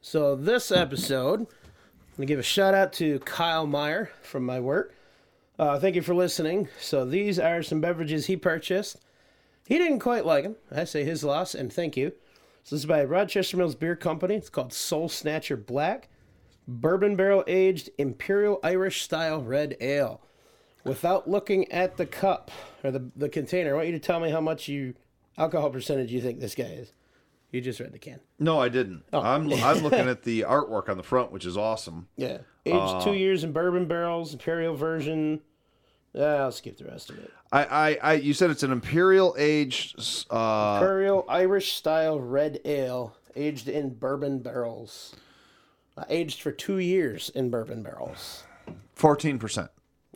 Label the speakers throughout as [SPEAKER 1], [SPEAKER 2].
[SPEAKER 1] So this episode, I'm gonna give a shout out to Kyle Meyer from my work. Uh, thank you for listening. So these are some beverages he purchased. He didn't quite like them. I say his loss and thank you. So this is by Rochester Mills Beer Company. It's called Soul Snatcher Black, bourbon barrel aged Imperial Irish style red ale. Without looking at the cup or the, the container, I want you to tell me how much you alcohol percentage you think this guy is. You just read the can.
[SPEAKER 2] No, I didn't. I'm I'm looking at the artwork on the front, which is awesome.
[SPEAKER 1] Yeah. Aged two years in bourbon barrels, imperial version. Uh, I'll skip the rest of it.
[SPEAKER 2] I, I, I you said it's an imperial aged uh,
[SPEAKER 1] Imperial Irish style red ale, aged in bourbon barrels. Uh, aged for two years in bourbon barrels.
[SPEAKER 2] fourteen percent.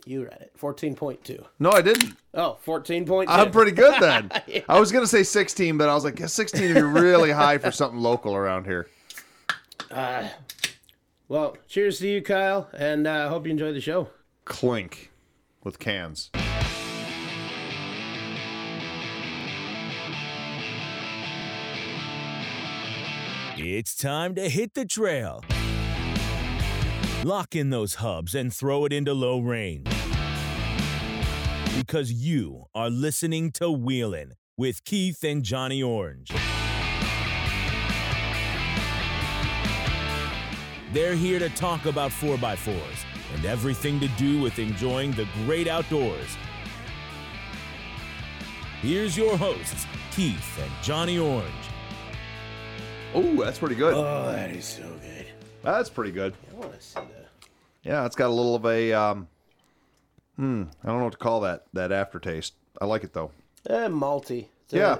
[SPEAKER 1] You read it. 14.2.
[SPEAKER 2] No, I didn't.
[SPEAKER 1] Oh, 14.2.
[SPEAKER 2] I'm pretty good then. I was gonna say sixteen, but I was like, yeah, sixteen would be really high for something local around here.
[SPEAKER 1] well, cheers to you, Kyle, and uh, hope you enjoy the show.
[SPEAKER 2] Clink with cans.
[SPEAKER 3] It's time to hit the trail. Lock in those hubs and throw it into low range. Because you are listening to Wheelin' with Keith and Johnny Orange. They're here to talk about 4x4s and everything to do with enjoying the great outdoors. Here's your hosts, Keith and Johnny Orange.
[SPEAKER 2] Oh, that's pretty good.
[SPEAKER 1] Oh, that is so good.
[SPEAKER 2] that's pretty good.
[SPEAKER 1] I want to see the.
[SPEAKER 2] Yeah, it's got a little of a um, hmm, I don't know what to call that that aftertaste. I like it though.
[SPEAKER 1] Uh, malty. It's a-
[SPEAKER 2] Yeah.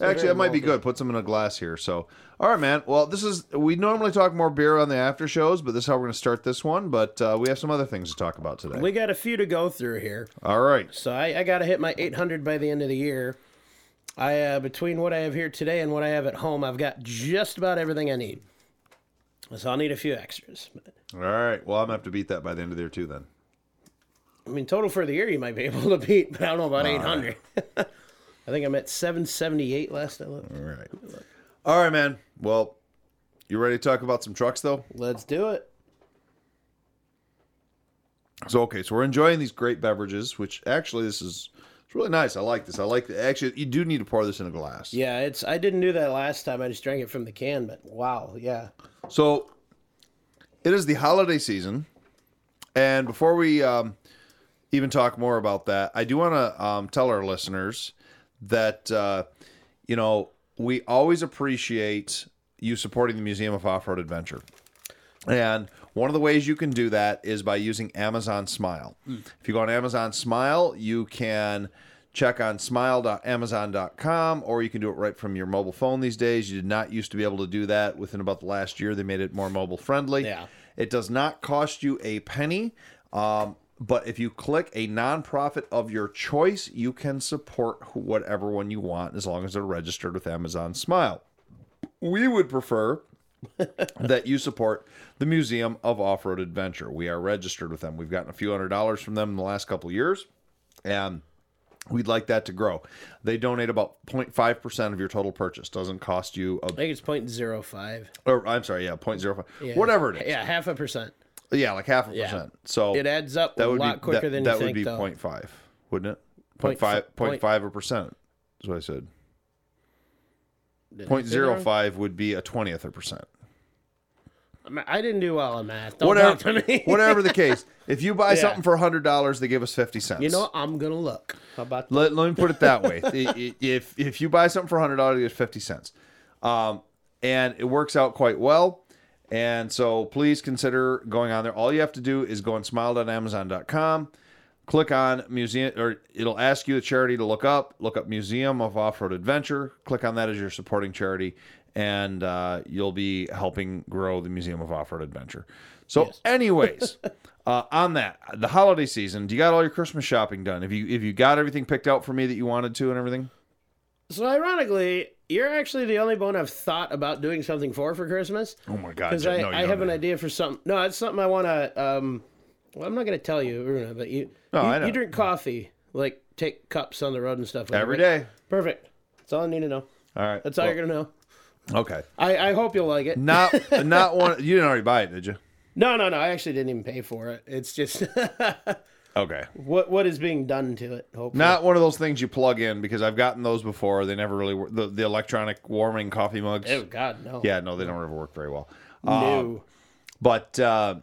[SPEAKER 2] Actually,
[SPEAKER 1] very
[SPEAKER 2] that might be
[SPEAKER 1] malty.
[SPEAKER 2] good. Put some in a glass here. So, all right, man. Well, this is we normally talk more beer on the after shows, but this is how we're going to start this one. But uh, we have some other things to talk about today.
[SPEAKER 1] We got a few to go through here.
[SPEAKER 2] all right.
[SPEAKER 1] So I, I got to hit my 800 by the end of the year. I uh, between what I have here today and what I have at home, I've got just about everything I need. So I'll need a few extras. But,
[SPEAKER 2] All right. Well, I'm gonna have to beat that by the end of the year too. Then.
[SPEAKER 1] I mean, total for the year, you might be able to beat, but I don't know about 800. I think I'm at 778 last I looked.
[SPEAKER 2] All right. All right, man. Well, you ready to talk about some trucks though?
[SPEAKER 1] Let's do it.
[SPEAKER 2] So okay, so we're enjoying these great beverages, which actually this is it's really nice. I like this. I like the, actually you do need to pour this in a glass.
[SPEAKER 1] Yeah, it's. I didn't do that last time. I just drank it from the can. But wow, yeah,
[SPEAKER 2] So it is the holiday season, and before we um, even talk more about that, I do want to um, tell our listeners that uh, you know we always appreciate you supporting the Museum of Off-Road Adventure. And one of the ways you can do that is by using Amazon Smile. If you go on Amazon Smile, you can check on smile.amazon.com or you can do it right from your mobile phone these days. You did not used to be able to do that within about the last year. They made it more mobile friendly.
[SPEAKER 1] Yeah.
[SPEAKER 2] It does not cost you a penny. Um, but if you click a nonprofit of your choice, you can support wh- whatever one you want as long as they're registered with Amazon Smile. We would prefer that you support the Museum of Off-Road Adventure. We are registered with them. We've gotten a few hundred dollars from them in the last couple of years, and we'd like that to grow. They donate about 0.5 percent of your total purchase. Doesn't cost you a,
[SPEAKER 1] I think it's 0.05.
[SPEAKER 2] or I'm sorry, yeah, 0.05, whatever it is.
[SPEAKER 1] Yeah, half a percent.
[SPEAKER 2] Yeah, like half a percent. So
[SPEAKER 1] It adds up
[SPEAKER 2] that
[SPEAKER 1] a
[SPEAKER 2] would
[SPEAKER 1] lot
[SPEAKER 2] be,
[SPEAKER 1] quicker
[SPEAKER 2] that,
[SPEAKER 1] than
[SPEAKER 2] that
[SPEAKER 1] you think,
[SPEAKER 2] would be
[SPEAKER 1] though.
[SPEAKER 2] 0.5, wouldn't it?
[SPEAKER 1] Point
[SPEAKER 2] 0.5,
[SPEAKER 1] f- point-
[SPEAKER 2] 0.5 or percent is what I said.
[SPEAKER 1] Did I say that wrong?
[SPEAKER 2] 0.05 would be a twentieth of a percent.
[SPEAKER 1] I didn't do well on math. Don't talk
[SPEAKER 2] whatever,
[SPEAKER 1] to me.
[SPEAKER 2] whatever the case. If you buy
[SPEAKER 1] Yeah.
[SPEAKER 2] something for hundred dollars, they give us fifty cents.
[SPEAKER 1] You know, what? I'm gonna look. How about that?
[SPEAKER 2] Let, let me put it that way. I- i- if if you buy something for hundred dollars, you get fifty cents, um, and it works out quite well. And so please consider going on there. All you have to do is go on smile.amazon.com, click on museum, or it'll ask you the charity to look up. Look up Museum of Off Road Adventure. Click on that as your supporting charity, and uh, you'll be helping grow the Museum of Off Road Adventure. So, anyways. Uh, on that, the holiday season, do you got all your Christmas shopping done? Have you have you got everything picked out for me that you wanted to and everything?
[SPEAKER 1] So ironically, you're actually the only one I've thought about doing something for for Christmas.
[SPEAKER 2] Oh my God,
[SPEAKER 1] Because
[SPEAKER 2] Jen,
[SPEAKER 1] I,
[SPEAKER 2] no, you
[SPEAKER 1] I
[SPEAKER 2] don't
[SPEAKER 1] have an
[SPEAKER 2] do.
[SPEAKER 1] idea for something. No, it's something I want to. Um, well, I'm not gonna tell you, Runa, but you
[SPEAKER 2] No,
[SPEAKER 1] you,
[SPEAKER 2] I know.
[SPEAKER 1] you drink coffee, like take cups on the road and stuff.
[SPEAKER 2] Every
[SPEAKER 1] right?
[SPEAKER 2] day.
[SPEAKER 1] Perfect. That's all I need to know.
[SPEAKER 2] All right.
[SPEAKER 1] That's all
[SPEAKER 2] well,
[SPEAKER 1] you're gonna know.
[SPEAKER 2] Okay.
[SPEAKER 1] I, I hope you'll like it.
[SPEAKER 2] Not not one. You didn't already buy it, did you?
[SPEAKER 1] No, no, no. I actually didn't even pay for it. It's just
[SPEAKER 2] Okay.
[SPEAKER 1] what what is being done to it. Hopefully.
[SPEAKER 2] Not one of those things you plug in because I've gotten those before. They never really work. The, the electronic warming coffee mugs.
[SPEAKER 1] Oh God, no.
[SPEAKER 2] Yeah, uh, no, they don't ever work very well.
[SPEAKER 1] No.
[SPEAKER 2] But uh,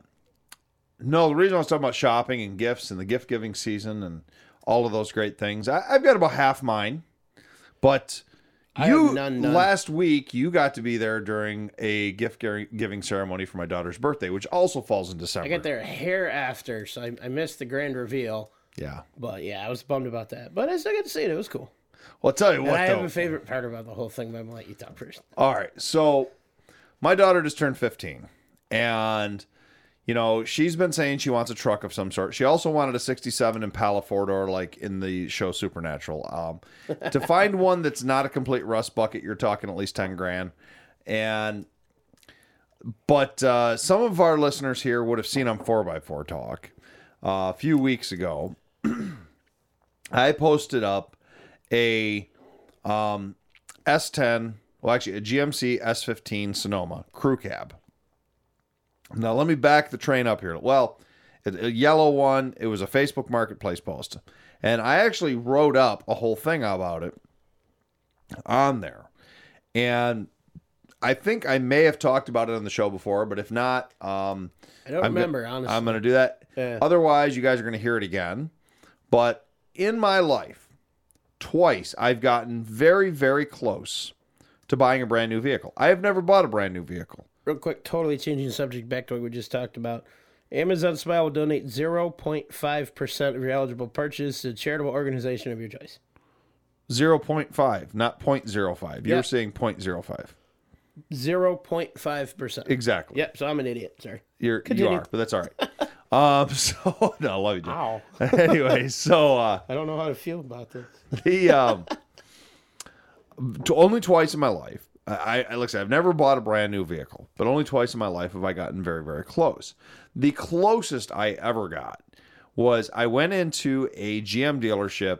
[SPEAKER 2] no, the reason I was talking about shopping and gifts and the gift giving season and all of those great things, I, I've got about half mine. But
[SPEAKER 1] have
[SPEAKER 2] you
[SPEAKER 1] none, none.
[SPEAKER 2] last week you got to be there during a gift gi- giving ceremony for my daughter's birthday, which also falls in December.
[SPEAKER 1] I got there a hair after, so I, I missed the grand reveal.
[SPEAKER 2] Yeah.
[SPEAKER 1] But yeah, I was bummed about that. But I still got to see it. It was cool.
[SPEAKER 2] Well, I'll tell you
[SPEAKER 1] And
[SPEAKER 2] what
[SPEAKER 1] I
[SPEAKER 2] though.
[SPEAKER 1] have a favorite part about the whole thing, but I'm gonna let you talk first.
[SPEAKER 2] All right. So my daughter just turned 15 and you know, she's been saying she wants a truck of some sort. She also wanted a 67 Impala four door, like in the show Supernatural. Um, to find one that's not a complete rust bucket, you're talking at least 10 grand. And, but uh, some of our listeners here would have seen on 4x4 Talk uh, a few weeks ago. I posted up a S10, well, actually, a GMC S15 Sonoma crew cab. Now, let me back the train up here. Well, a a yellow one, it was a Facebook Marketplace post. And I actually wrote up a whole thing about it on there. And I think I may have talked about it on the show before, but if not, um,
[SPEAKER 1] I don't
[SPEAKER 2] I'm go-
[SPEAKER 1] remember honestly.
[SPEAKER 2] I'm going to do that.
[SPEAKER 1] Yeah.
[SPEAKER 2] Otherwise, you guys are going to hear it again. But in my life, twice I've gotten very, very close to buying a brand new vehicle. I have never bought a brand new vehicle.
[SPEAKER 1] Real quick, totally changing the subject back to what we just talked about. Amazon Smile will donate 0.5% of your eligible purchase to a charitable organization of your choice.
[SPEAKER 2] 0.5, not 0.05. You
[SPEAKER 1] Yeah.
[SPEAKER 2] were saying 0.05.
[SPEAKER 1] 0.5%.
[SPEAKER 2] Exactly.
[SPEAKER 1] Yep, so I'm an idiot. Sorry.
[SPEAKER 2] You're, you
[SPEAKER 1] Continue.
[SPEAKER 2] are, but that's all right. um, so, no, I love you, Jim.
[SPEAKER 1] Wow.
[SPEAKER 2] anyway, so uh,
[SPEAKER 1] I don't know how to feel about this.
[SPEAKER 2] the um, t- only twice in my life. I, I like I said, I've never bought a brand new vehicle, but only twice in my life have I gotten very, very close. The closest I ever got was I went into a GM dealership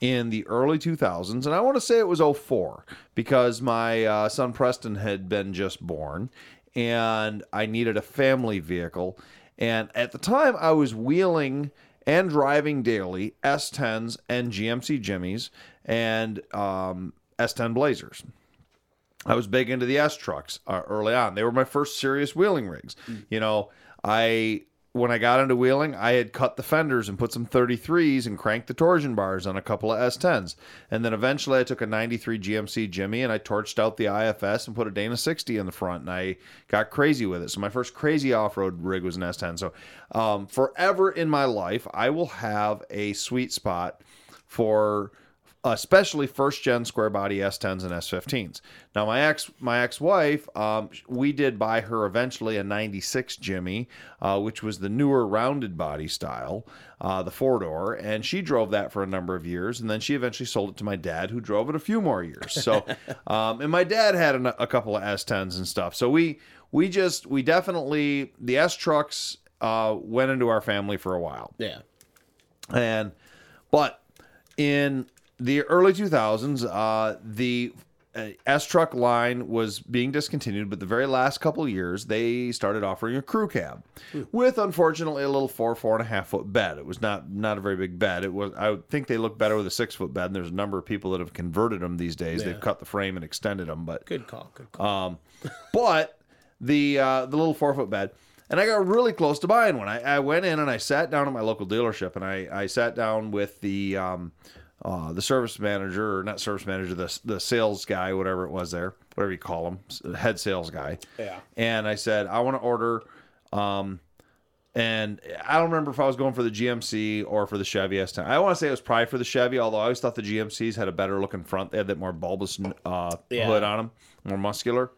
[SPEAKER 2] in the early 2000s, and I want to say it was 04 because my uh, son Preston had been just born, and I needed a family vehicle. And at the time, I was wheeling and driving daily S10s and GMC Jimmys and um, S10 Blazers. I was big into the S trucks uh, early on. They were my first serious wheeling rigs. You know, I when I got into wheeling, I had cut the fenders and put some 33s and cranked the torsion bars on a couple of S10s. And then eventually I took a 93 GMC Jimmy and I torched out the IFS and put a Dana 60 in the front and I got crazy with it. So my first crazy off-road rig was an S10. So um, forever in my life, I will have a sweet spot for especially first gen square body S10s and S15s. Now my ex my ex-wife um, we did buy her eventually a 96 Jimmy uh, which was the newer rounded body style uh, the four door and she drove that for a number of years and then she eventually sold it to my dad who drove it a few more years. So um, and my dad had an, a couple of S10s and stuff. So we we just we definitely the S trucks uh, went into our family for a while.
[SPEAKER 1] Yeah.
[SPEAKER 2] And but in the early 2000s, uh, the uh, S truck line was being discontinued, but the very last couple of years they started offering a crew cab, with unfortunately a little four four and a half foot bed. It was not not a very big bed. It was I would think they look better with a six foot bed. And there's a number of people that have converted them these days. They've cut the frame and extended them, but
[SPEAKER 1] Good call. Good call.
[SPEAKER 2] but the uh, the little four foot bed. And I got really close to buying one. I, I went in and I sat down at my local dealership and I, I sat down with the um, uh, the service manager or not service manager the the sales guy whatever it was there whatever you call him s- head sales guy.
[SPEAKER 1] Yeah.
[SPEAKER 2] And I said I want to order. Um, and I don't remember if I was going for the GMC or for the Chevy S10. I want to say it was probably for the Chevy, although I always thought the GMCs had a better looking front. They had that more bulbous uh,
[SPEAKER 1] Yeah.
[SPEAKER 2] hood on them, more muscular.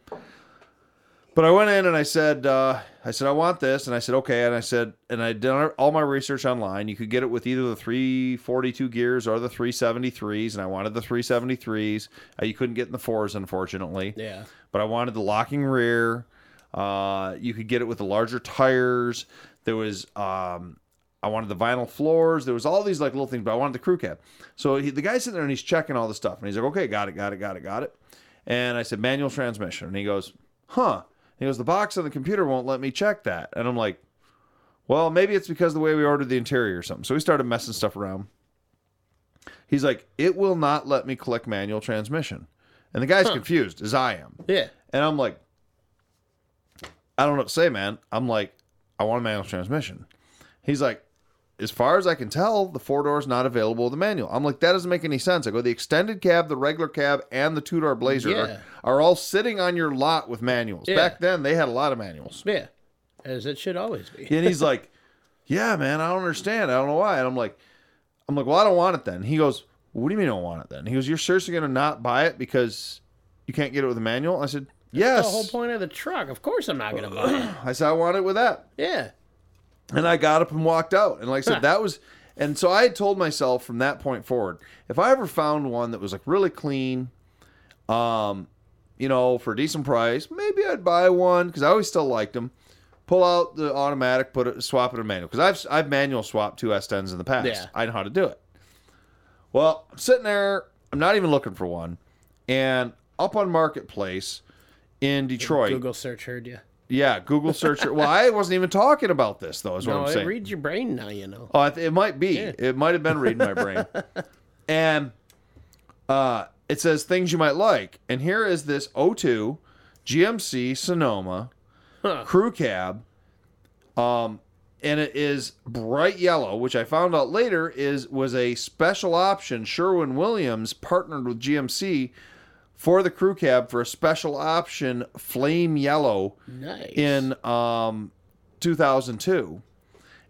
[SPEAKER 2] But I went in and I said, uh, I said I want this, and I said okay, and I said, and I did all my research online. You could get it with either the 342 gears or the 373s, and I wanted the 373s. Uh, you couldn't get in the fours, unfortunately
[SPEAKER 1] yeah.
[SPEAKER 2] but I wanted the locking rear. Uh, you could get it with the larger tires. There was um, I wanted the vinyl floors. There was all these like little things, but I wanted the crew cab. So he, the guy's sitting there and he's checking all the stuff, and he's like, "Okay, got it, got it, got it, got it." And I said, manual transmission. And he goes, huh. He goes, the box on the computer won't let me check that. And I'm like, well, maybe it's because of the way we ordered the interior or something. So we started messing stuff around. He's like, it will not let me click manual transmission. And the guy's confused, as I am.
[SPEAKER 1] Yeah.
[SPEAKER 2] And I'm like, I don't know what to say, man. I'm like, I want a manual transmission. He's like, as far as I can tell, the four door's not available with a manual. I'm like, that doesn't make any sense. I go, the extended cab, the regular cab, and the two door blazer
[SPEAKER 1] Yeah.
[SPEAKER 2] are, are all sitting on your lot with manuals.
[SPEAKER 1] Yeah.
[SPEAKER 2] Back then, they had a lot of manuals.
[SPEAKER 1] Yeah. As it should always be.
[SPEAKER 2] And he's like, yeah, man, I don't understand. I don't know why. And I'm like, I'm like, well, I don't want it then. He goes, what do you mean you don't want it then? He goes, you're seriously going to not buy it because you can't get it with a manual? I said, yes.
[SPEAKER 1] That's the whole point of the truck. Of course I'm not gonna buy it.
[SPEAKER 2] I said, I want it with that.
[SPEAKER 1] Yeah.
[SPEAKER 2] And I got up and walked out. And like I said, that was, and so I had told myself from that point forward, if I ever found one that was like really clean, um, you know, for a decent price, maybe I'd buy one because I always still liked them. Pull out the automatic, put it, swap it to manual because I've I've manual swapped two S10s in the past.
[SPEAKER 1] Yeah.
[SPEAKER 2] I know how to do it. Well, I'm sitting there, I'm not even looking for one, and up on Marketplace in Detroit,
[SPEAKER 1] Google search heard you.
[SPEAKER 2] yeah, Google search. well, I wasn't even talking about this though. Is what
[SPEAKER 1] No,
[SPEAKER 2] I'm
[SPEAKER 1] it
[SPEAKER 2] saying.
[SPEAKER 1] reads your brain now, you know.
[SPEAKER 2] Oh, I th- it might be. It might have been reading my brain. and uh, it says things you might like. And here is this O2 GMC Sonoma
[SPEAKER 1] Huh.
[SPEAKER 2] crew cab. Um, and it is bright yellow, which I found out later is was a special option. Sherwin Williams partnered with GMC for the crew cab for a special option flame yellow
[SPEAKER 1] Nice.
[SPEAKER 2] in um, 2002.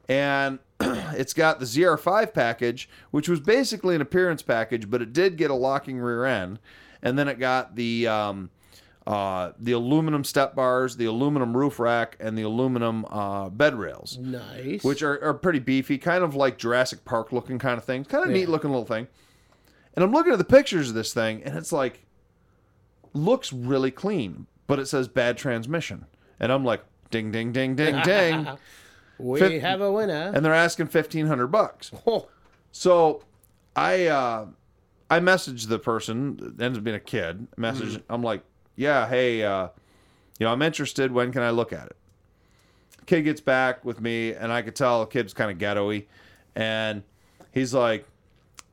[SPEAKER 2] And it's got the ZR5 package, which was basically an appearance package, but it did get a locking rear end. And then it got the um, uh, the aluminum step bars, the aluminum roof rack, and the aluminum uh, bed rails,
[SPEAKER 1] nice.
[SPEAKER 2] which are, are pretty beefy, kind of like Jurassic Park looking kind of thing. Kind of neat looking little thing. And I'm looking at the pictures of this thing, and it's like, looks really clean, but it says bad transmission. And I'm like, ding, ding, ding, ding, ding.
[SPEAKER 1] we
[SPEAKER 2] fit-
[SPEAKER 1] have a winner.
[SPEAKER 2] and they're asking 1500 bucks.
[SPEAKER 1] Oh,
[SPEAKER 2] So I uh, I messaged the person, it ends up being a kid. Message, I'm like, yeah, hey, uh, you know, I'm interested. When can I look at it? Kid gets back with me, and I could tell the kid's kind of ghetto-y. And he's like,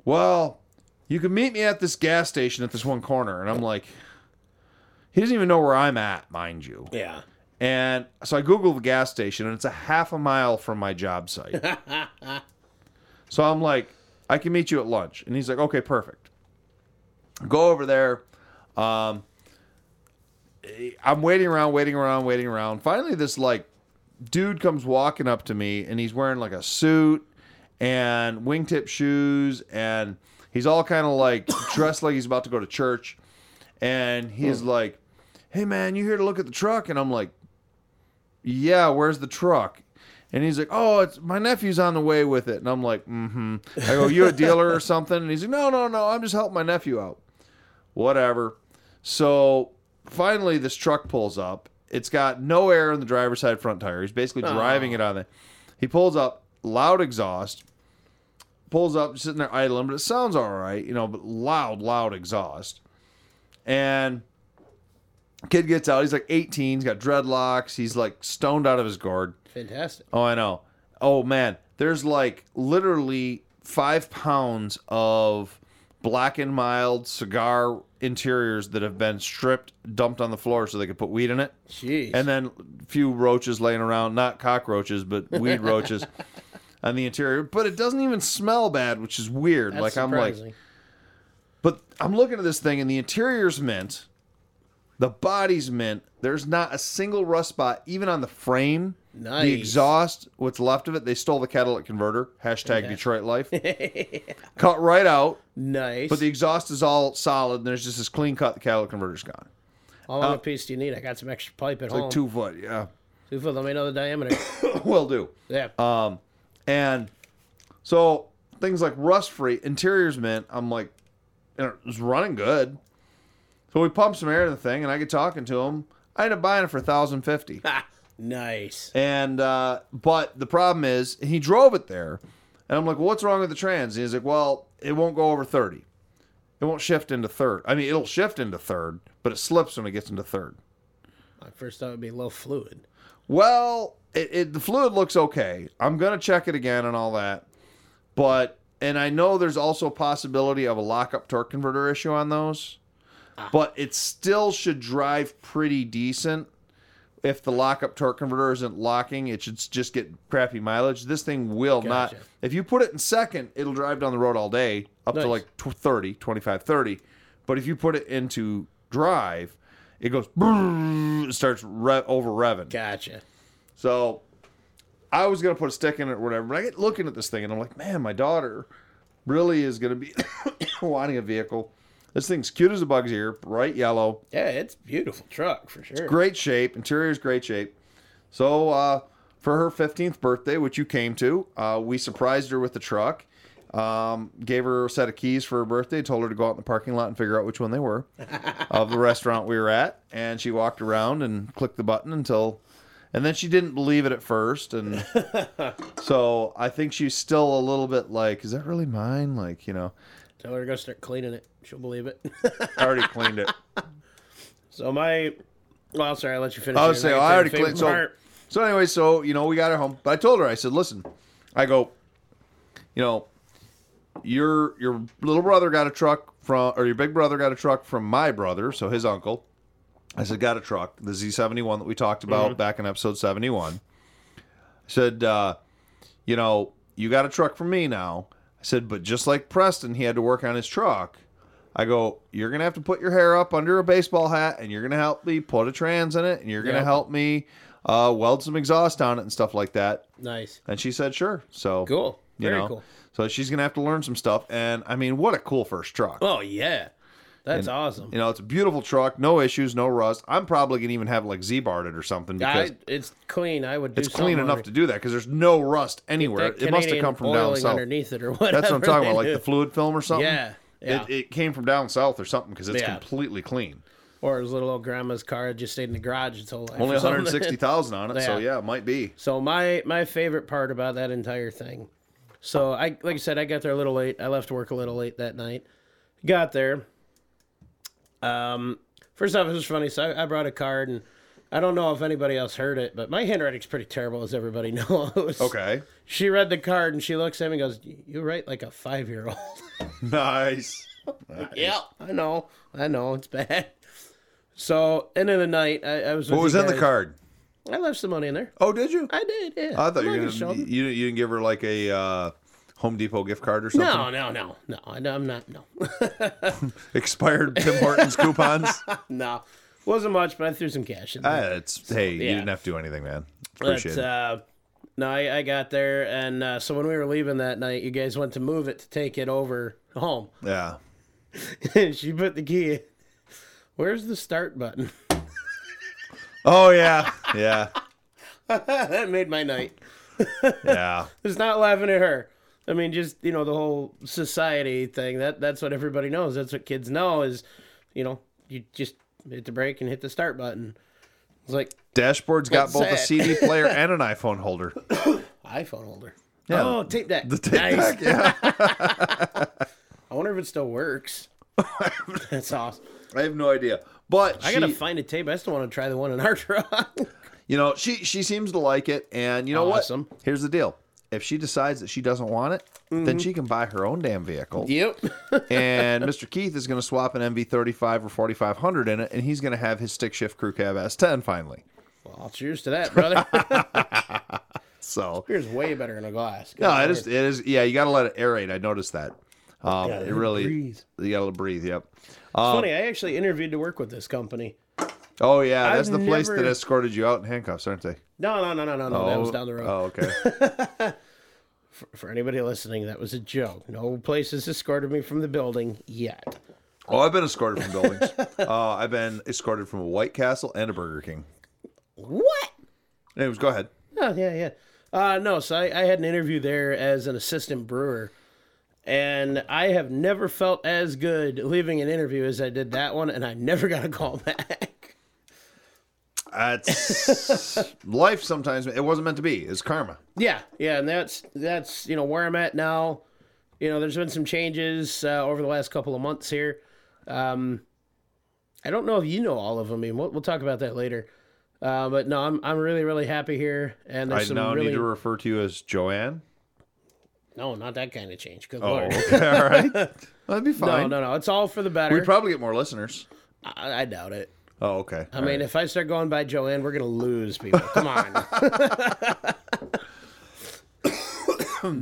[SPEAKER 2] well, you can meet me at this gas station at this one corner. And I'm like, he doesn't even know where I'm at, mind you.
[SPEAKER 1] yeah.
[SPEAKER 2] And so I Googled the gas station, and it's a half a mile from my job site. so I'm like, I can meet you at lunch. And he's like, okay, perfect. Go over there. Um, I'm waiting around, waiting around, waiting around. Finally, this like dude comes walking up to me, and he's wearing like a suit and wingtip shoes, and he's all kind of like dressed like he's about to go to church. And he's like, hey man, you here to look at the truck? And I'm like, yeah, where's the truck? And he's like, oh, it's my nephew's on the way with it. And I'm like, mm-hmm. I go, you a dealer or something? And he's like, no, no, no, I'm just helping my nephew out. Whatever. So finally, this truck pulls up. It's got no air in the driver's side front tire. He's basically driving it on there. He pulls up, loud exhaust. Pulls up, sitting there idling, but it sounds all right, you know, but loud, loud exhaust. And Kid gets out. He's like 18. He's got dreadlocks. He's like stoned out of his gourd.
[SPEAKER 1] Fantastic.
[SPEAKER 2] Oh, I know. Oh, man. There's like literally five pounds of black and mild cigar interiors that have been stripped, dumped on the floor so they could put weed in it.
[SPEAKER 1] Jeez.
[SPEAKER 2] And then a few roaches laying around, not cockroaches, but weed roaches on the interior. But it doesn't even smell bad, which is weird.
[SPEAKER 1] That's
[SPEAKER 2] like, I'm like,
[SPEAKER 1] surprising.
[SPEAKER 2] but I'm looking at this thing, and the interior's mint, the body's mint. There's not a single rust spot, even on the frame.
[SPEAKER 1] Nice.
[SPEAKER 2] The exhaust, what's left of it, they stole the catalytic converter. Hashtag Detroit life. cut right out,
[SPEAKER 1] nice.
[SPEAKER 2] but the exhaust is all solid. And there's just this clean cut. The catalytic converter's gone.
[SPEAKER 1] All on a piece do you need? I got some extra pipe at
[SPEAKER 2] uh, Like
[SPEAKER 1] home.
[SPEAKER 2] two foot, yeah,
[SPEAKER 1] Two foot, let me know the diameter.
[SPEAKER 2] will do.
[SPEAKER 1] yeah.
[SPEAKER 2] Uh, And so things like rust free, interiors mint, I'm like, and it was running good. So we pumped some air in the thing and I get talking to him. I ended up buying it for 1050
[SPEAKER 1] Ah, nice.
[SPEAKER 2] And, uh, but the problem is he drove it there. And I'm like, well, what's wrong with the trans? And he's like, well, it won't go over 30. It won't shift into third. I mean, it'll shift into third, but it slips when it gets into third.
[SPEAKER 1] My first thought would be low fluid.
[SPEAKER 2] Well, it, it the fluid looks okay. I'm gonna check it again and all that, but and I know there's also a possibility of a lockup torque converter issue on those,
[SPEAKER 1] Ah.
[SPEAKER 2] but it still should drive pretty decent. If the lockup torque converter isn't locking, it should s- just get crappy mileage. This thing will not.
[SPEAKER 1] Gotcha.
[SPEAKER 2] If you put it in second, it'll drive down the road all day up
[SPEAKER 1] Nice.
[SPEAKER 2] to like tw- 30, 25, 30. But if you put it into drive, it goes, brrrr, it starts re- over revving.
[SPEAKER 1] Gotcha.
[SPEAKER 2] So I was gonna put a stick in it or whatever, but I get looking at this thing and I'm like, man, my daughter really is gonna be wanting a vehicle. This thing's cute as a bug's ear, bright yellow,
[SPEAKER 1] Yeah, it's a beautiful truck for sure.
[SPEAKER 2] great shape, interior's great shape. So uh, for her 15th birthday, which you came to, uh, we surprised her with the truck. Um, gave her a set of keys for her birthday, told her to go out in the parking lot and figure out which one they were of the restaurant we were at. And she walked around and clicked the button until, and then she didn't believe it at first. And so I think she's still a little bit like, is that really mine? Like, you know,
[SPEAKER 1] Tell her to go start cleaning it. She'll believe it.
[SPEAKER 2] I already cleaned it.
[SPEAKER 1] so my, well, sorry, I let you finish.
[SPEAKER 2] I
[SPEAKER 1] your
[SPEAKER 2] would say,
[SPEAKER 1] negative
[SPEAKER 2] I already
[SPEAKER 1] favorite
[SPEAKER 2] cleaned. So,
[SPEAKER 1] part.
[SPEAKER 2] so anyway, so you know, we got her home, but I told her, I said, listen, I go, you know, your your little brother got a truck from, or your big brother got a truck from my brother, so his uncle. I said, got a truck, the Z seventy one that we talked about back in episode seventy one. I said, uh, you know, you got a truck from me now. I said, but just like Preston, he had to work on his truck. I go, you're gonna have to put your hair up under a baseball hat, and you're gonna help me put a trans in it, and you're gonna
[SPEAKER 1] Yep.
[SPEAKER 2] help me uh, weld some exhaust on it and stuff like that.
[SPEAKER 1] nice,
[SPEAKER 2] And she said, sure. So
[SPEAKER 1] cool,
[SPEAKER 2] you
[SPEAKER 1] very
[SPEAKER 2] know,
[SPEAKER 1] cool.
[SPEAKER 2] so she's gonna have to learn some stuff. And I mean, what a cool first truck.
[SPEAKER 1] Oh yeah, that's awesome.
[SPEAKER 2] You know, it's a beautiful truck, no issues, no rust. I'm probably gonna even have like Z-barred it or something because
[SPEAKER 1] I, it's clean. I would. Do
[SPEAKER 2] it's clean enough to do that because there's no rust anywhere. It must have come from down
[SPEAKER 1] boiling
[SPEAKER 2] south.
[SPEAKER 1] underneath it or whatever.
[SPEAKER 2] That's what I'm talking
[SPEAKER 1] they
[SPEAKER 2] about, like
[SPEAKER 1] do.
[SPEAKER 2] the fluid film or something.
[SPEAKER 1] Yeah, yeah.
[SPEAKER 2] It, it came from down south or something because it's
[SPEAKER 1] Yeah.
[SPEAKER 2] completely clean.
[SPEAKER 1] or his little old grandma's car just stayed in the garage its whole life.
[SPEAKER 2] Only
[SPEAKER 1] or something.
[SPEAKER 2] 160,000 on it, so yeah, it might be.
[SPEAKER 1] So my my favorite part about that entire thing. So I like I said, I got there a little late. I left work a little late that night. Got there. Um, first off, it was funny. So I, I brought a card, and I don't know if anybody else heard it, but my handwriting's pretty terrible, as everybody knows.
[SPEAKER 2] Okay,
[SPEAKER 1] She read the card and she looks at me and goes, "You write like a five year old."
[SPEAKER 2] nice.
[SPEAKER 1] Yep, I know, I know, it's bad. So end of the night, I, I was.
[SPEAKER 2] What was
[SPEAKER 1] you
[SPEAKER 2] in the
[SPEAKER 1] guys.
[SPEAKER 2] card?
[SPEAKER 1] I left some money in there.
[SPEAKER 2] Oh, did you?
[SPEAKER 1] I did. Yeah.
[SPEAKER 2] I thought you
[SPEAKER 1] I'm not
[SPEAKER 2] were gonna
[SPEAKER 1] show them.
[SPEAKER 2] you, you didn't give her like a uh, Home Depot gift card or something.
[SPEAKER 1] No, no, no, no. I, I'm not. No,
[SPEAKER 2] Expired Tim Hortons coupons.
[SPEAKER 1] no. Wasn't much, but I threw some cash in.
[SPEAKER 2] Ah, it's hey, you
[SPEAKER 1] Yeah.
[SPEAKER 2] didn't have to do anything, man.
[SPEAKER 1] but
[SPEAKER 2] Appreciate it.
[SPEAKER 1] uh, no, I, I got there, and uh, so when we were leaving that night, you guys went to move it to take it over home.
[SPEAKER 2] Yeah,
[SPEAKER 1] And she put the key. in. Where's the start button?
[SPEAKER 2] Oh yeah, yeah,
[SPEAKER 1] that made my night.
[SPEAKER 2] yeah.
[SPEAKER 1] It's not laughing at her. I mean, just you know the whole society thing. That that's what everybody knows. That's what kids know is, you know, you just hit the brake and hit the start button. It's like
[SPEAKER 2] Dashboard's got
[SPEAKER 1] What's
[SPEAKER 2] both a
[SPEAKER 1] that?
[SPEAKER 2] CD player and an iPhone holder.
[SPEAKER 1] iPhone holder.
[SPEAKER 2] Yeah.
[SPEAKER 1] Oh, tape deck.
[SPEAKER 2] The tape
[SPEAKER 1] nice.
[SPEAKER 2] deck, yeah.
[SPEAKER 1] I wonder if it still works. That's awesome.
[SPEAKER 2] I have no idea, but
[SPEAKER 1] I
[SPEAKER 2] she,
[SPEAKER 1] gotta find a tape. I still want to try the one in our truck.
[SPEAKER 2] you know, she she seems to like it, and you know
[SPEAKER 1] Oh, Awesome.
[SPEAKER 2] what? Here's the deal: if she decides that she doesn't want it,
[SPEAKER 1] Mm-hmm.
[SPEAKER 2] then she can buy her own damn vehicle.
[SPEAKER 1] yep.
[SPEAKER 2] and Mr. Keith is going to swap an MV35 or 4500 in it, and he's going to have his stick shift crew cab S10 finally.
[SPEAKER 1] Well, cheers to that, brother.
[SPEAKER 2] So
[SPEAKER 1] Beer's way better in a glass.
[SPEAKER 2] no, it is it is yeah. You got to let it aerate. I noticed that. Um,
[SPEAKER 1] Yeah, let
[SPEAKER 2] it
[SPEAKER 1] it
[SPEAKER 2] really um,
[SPEAKER 1] breathe.
[SPEAKER 2] you got to breathe. Yep.
[SPEAKER 1] funny. I actually interviewed to work with this company.
[SPEAKER 2] Oh yeah, that's
[SPEAKER 1] I've
[SPEAKER 2] the place that
[SPEAKER 1] never-
[SPEAKER 2] escorted you out in handcuffs, aren't they?
[SPEAKER 1] No, no, no, no, no, no. that was down the road.
[SPEAKER 2] Oh, okay.
[SPEAKER 1] For anybody listening, that was a joke. No place has escorted me from the building yet.
[SPEAKER 2] oh, I've been escorted from buildings. uh, I've been escorted from a White Castle and a Burger King.
[SPEAKER 1] What?
[SPEAKER 2] Anyways, go ahead.
[SPEAKER 1] Oh, yeah, yeah. Uh, no, so I, I had an interview there as an assistant brewer, and I have never felt as good leaving an interview as I did that one, and I never got a call back.
[SPEAKER 2] That's life. Sometimes it wasn't meant to be. It's karma.
[SPEAKER 1] yeah, yeah, and that's that's you know where I'm at now. you know, there's been some changes uh, over the last couple of months here. Um, I don't know if you know all of them. I mean, we'll, we'll talk about that later. Uh, but no, I'm I'm really really happy here, and
[SPEAKER 2] I
[SPEAKER 1] there's some
[SPEAKER 2] now
[SPEAKER 1] really
[SPEAKER 2] need to refer to you as Joanne.
[SPEAKER 1] no, not that kind of change. Good
[SPEAKER 2] Oh,
[SPEAKER 1] lord,
[SPEAKER 2] okay, all right. That'd be
[SPEAKER 1] no,
[SPEAKER 2] fine.
[SPEAKER 1] no, no, it's all for the
[SPEAKER 2] We'd
[SPEAKER 1] better.
[SPEAKER 2] probably get more listeners.
[SPEAKER 1] I, I doubt it.
[SPEAKER 2] Oh, okay.
[SPEAKER 1] I mean, if I start going by Joanne, we're gonna lose people. Come on.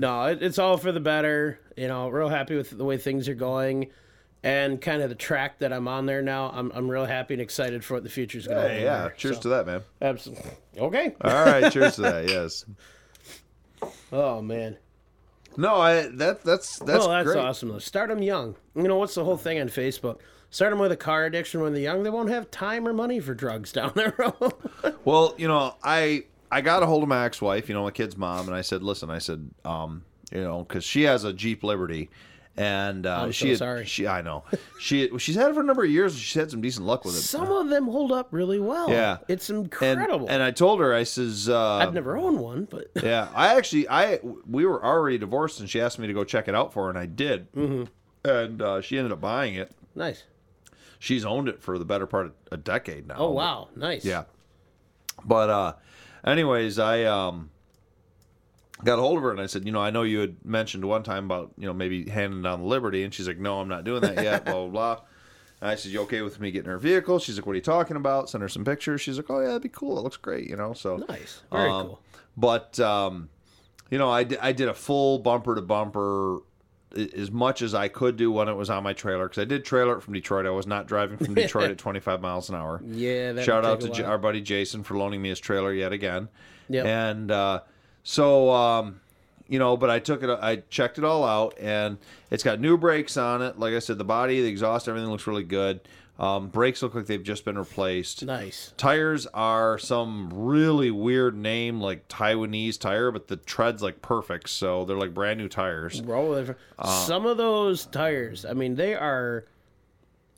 [SPEAKER 1] no, it, it's all for the better. You know, real happy with the way things are going, and kind of the track that I'm on there now. I'm I'm real happy and excited for what the future's gonna.
[SPEAKER 2] Hey, Uh,
[SPEAKER 1] hold
[SPEAKER 2] yeah.
[SPEAKER 1] there.
[SPEAKER 2] Cheers to that, man.
[SPEAKER 1] Absolutely. Okay.
[SPEAKER 2] All right. Cheers to that. Yes.
[SPEAKER 1] Oh man.
[SPEAKER 2] No, I that that's that's
[SPEAKER 1] well, that's
[SPEAKER 2] great.
[SPEAKER 1] awesome though. Start them young. You know what's the whole thing on Facebook? Start them with a car addiction when they're young. They won't have time or money for drugs down the road.
[SPEAKER 2] Well, you know, I I got a hold of my ex-wife, you know, my kid's mom, and I said, "Listen, I said, um, you know, because she has a Jeep Liberty, and uh,
[SPEAKER 1] I'm
[SPEAKER 2] she
[SPEAKER 1] so
[SPEAKER 2] had-
[SPEAKER 1] sorry.
[SPEAKER 2] she I know she she's had it for a number of years. and She's had some decent luck with it.
[SPEAKER 1] some of them hold up really well.
[SPEAKER 2] Yeah.
[SPEAKER 1] it's
[SPEAKER 2] and,
[SPEAKER 1] incredible.
[SPEAKER 2] and I told her, I says, uh,
[SPEAKER 1] I've never owned one, but
[SPEAKER 2] yeah, I actually I we were already divorced, and she asked me to go check it out for her, and I did,
[SPEAKER 1] Mm-hmm.
[SPEAKER 2] and uh, she ended up buying it.
[SPEAKER 1] nice.
[SPEAKER 2] She's owned it for the better part of a decade now.
[SPEAKER 1] Oh wow, nice.
[SPEAKER 2] Yeah. But uh anyways, I um got a hold of her and I said, you know, I know you had mentioned one time about, you know, maybe handing down the liberty and she's like, No, I'm not doing that yet, blah blah blah. And I said, You okay with me getting her a vehicle? She's like, What are you talking about? Send her some pictures. She's like, Oh yeah, that'd be cool. That looks great, you know. So
[SPEAKER 1] nice. Very
[SPEAKER 2] um,
[SPEAKER 1] cool.
[SPEAKER 2] But um, you know, I di- I did a full bumper to bumper i- as much as I could do when it was on my trailer because I did trailer it from Detroit. I was not driving from Detroit at 25 miles an hour.
[SPEAKER 1] Yeah, that
[SPEAKER 2] Shout
[SPEAKER 1] would
[SPEAKER 2] out to
[SPEAKER 1] take a
[SPEAKER 2] J-
[SPEAKER 1] while.
[SPEAKER 2] our buddy Jason for loaning me his trailer yet again.
[SPEAKER 1] Yep.
[SPEAKER 2] And uh, so um, you know, but I took it I checked it all out and it's got new brakes on it. Like I said, the body, the exhaust, everything looks really good. Um, brakes look like they've just been replaced.
[SPEAKER 1] Nice.
[SPEAKER 2] Tires are some really weird name, like Taiwanese tire, but the tread's like perfect, so they're like brand new tires.
[SPEAKER 1] Roll over.
[SPEAKER 2] Uh,
[SPEAKER 1] Some of those tires, I mean, they are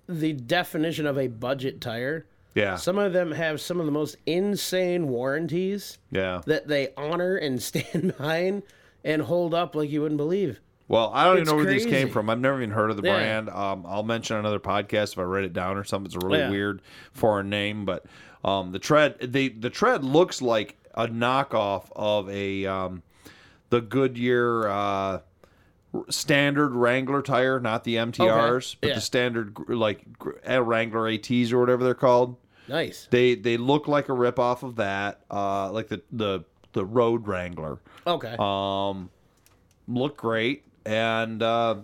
[SPEAKER 1] the definition of a budget tire.
[SPEAKER 2] Yeah,
[SPEAKER 1] Some of them have some of the most insane warranties
[SPEAKER 2] yeah.
[SPEAKER 1] that they honor and stand behind and hold up like you wouldn't believe.
[SPEAKER 2] Well, I don't even
[SPEAKER 1] It's
[SPEAKER 2] know where these
[SPEAKER 1] crazy.
[SPEAKER 2] came from. I've never even heard of the
[SPEAKER 1] Yeah.
[SPEAKER 2] brand. Um, I'll mention another podcast if I write it down or something. It's a really
[SPEAKER 1] Yeah.
[SPEAKER 2] weird foreign name, but um, the tread the the tread looks like a knockoff of a um, the Goodyear uh, standard Wrangler tire, not the MTRs, but
[SPEAKER 1] yeah.
[SPEAKER 2] the standard gr- like gr- eh, Wrangler ATs or whatever they're called.
[SPEAKER 1] Nice.
[SPEAKER 2] They they look like a ripoff of that, uh, like the the the Road Wrangler
[SPEAKER 1] Okay.
[SPEAKER 2] Uh, look great and uh,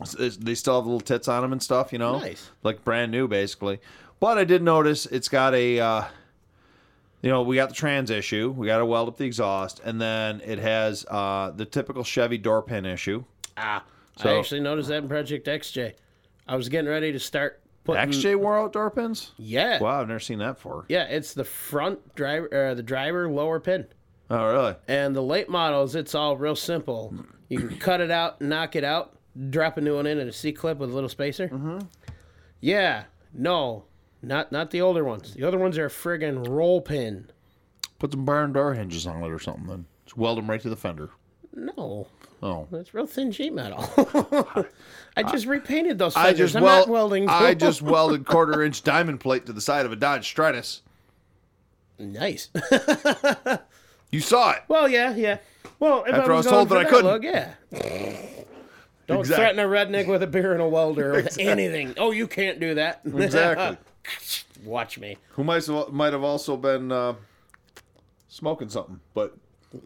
[SPEAKER 2] s- s- they still have little tits on them and stuff you know
[SPEAKER 1] Nice.
[SPEAKER 2] like brand new basically but i did notice it's got a uh, you know we got the trans issue we got to weld up the exhaust and then it has uh, the typical chevy door pin issue
[SPEAKER 1] ah, I
[SPEAKER 2] so-
[SPEAKER 1] actually noticed that in Project XJ. I was getting ready to start putting.
[SPEAKER 2] xj wore out door pins
[SPEAKER 1] Yeah.
[SPEAKER 2] Mm. wow i've never seen that before
[SPEAKER 1] Yeah, it's the front driver, uh, the driver lower pin.
[SPEAKER 2] oh really
[SPEAKER 1] And the late models, it's all real simple. You can cut it out, knock it out, drop a new one in at a C clip with a little spacer. Mm-hmm. Yeah, no, not not the older ones. The other ones are friggin' roll pin.
[SPEAKER 2] put some barn door hinges on it or something then just weld them right to the fender
[SPEAKER 1] No,
[SPEAKER 2] oh
[SPEAKER 1] that's real thin sheet metal. I just repainted those.
[SPEAKER 2] I
[SPEAKER 1] fenders.
[SPEAKER 2] just,
[SPEAKER 1] I'm
[SPEAKER 2] wel-
[SPEAKER 1] not welding.
[SPEAKER 2] I
[SPEAKER 1] glue.
[SPEAKER 2] just welded quarter inch diamond plate to the side of a Dodge Stratus.
[SPEAKER 1] nice.
[SPEAKER 2] You saw it.
[SPEAKER 1] well, yeah, yeah. Well, if
[SPEAKER 2] After
[SPEAKER 1] I
[SPEAKER 2] I
[SPEAKER 1] was,
[SPEAKER 2] was told
[SPEAKER 1] going
[SPEAKER 2] that I
[SPEAKER 1] for
[SPEAKER 2] couldn't.
[SPEAKER 1] look, yeah. Don't
[SPEAKER 2] Exactly.
[SPEAKER 1] threaten a redneck with a beer and a welder or with anything. Oh, you can't do that.
[SPEAKER 2] Exactly.
[SPEAKER 1] Watch me.
[SPEAKER 2] Who might might have also been uh, smoking something, but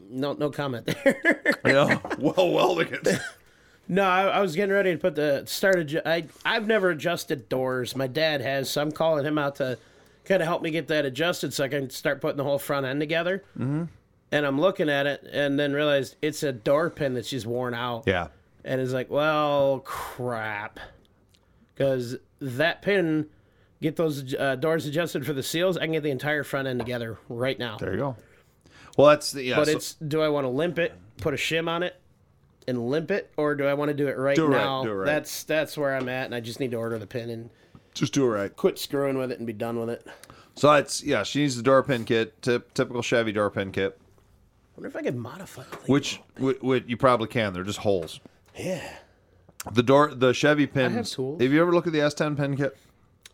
[SPEAKER 1] No, no comment there.
[SPEAKER 2] you know, well welding it.
[SPEAKER 1] no, I, I was getting ready to put the start. Adju- I I've never adjusted doors. My dad has, so I'm calling him out to kind of help me get that adjusted, so I can start putting the whole front end together. Mm-hmm. And I'm looking at it, and then realized it's a door pin that's just worn out.
[SPEAKER 2] Yeah.
[SPEAKER 1] and it's like, well, crap, because that pin. Get those uh, doors adjusted for the seals. I can get the entire front end together right now.
[SPEAKER 2] There you go. Well, that's the yeah.
[SPEAKER 1] But
[SPEAKER 2] so-
[SPEAKER 1] it's do I want to limp it, put a shim on it, and limp it, or do I want to do it right
[SPEAKER 2] Do it right,
[SPEAKER 1] now?
[SPEAKER 2] do it right.
[SPEAKER 1] That's that's where I'm at, and I just need to order the pin and
[SPEAKER 2] just do it right.
[SPEAKER 1] quit screwing with it and be done with it. I
[SPEAKER 2] So it's yeah. She needs the door pin kit, tip, typical Chevy door pin kit,
[SPEAKER 1] wonder if I could modify. it.
[SPEAKER 2] which, which, which you probably can. They're just holes.
[SPEAKER 1] Yeah.
[SPEAKER 2] The door, the Chevy pins.
[SPEAKER 1] tools.
[SPEAKER 2] Have you ever looked at the S10 pin kit?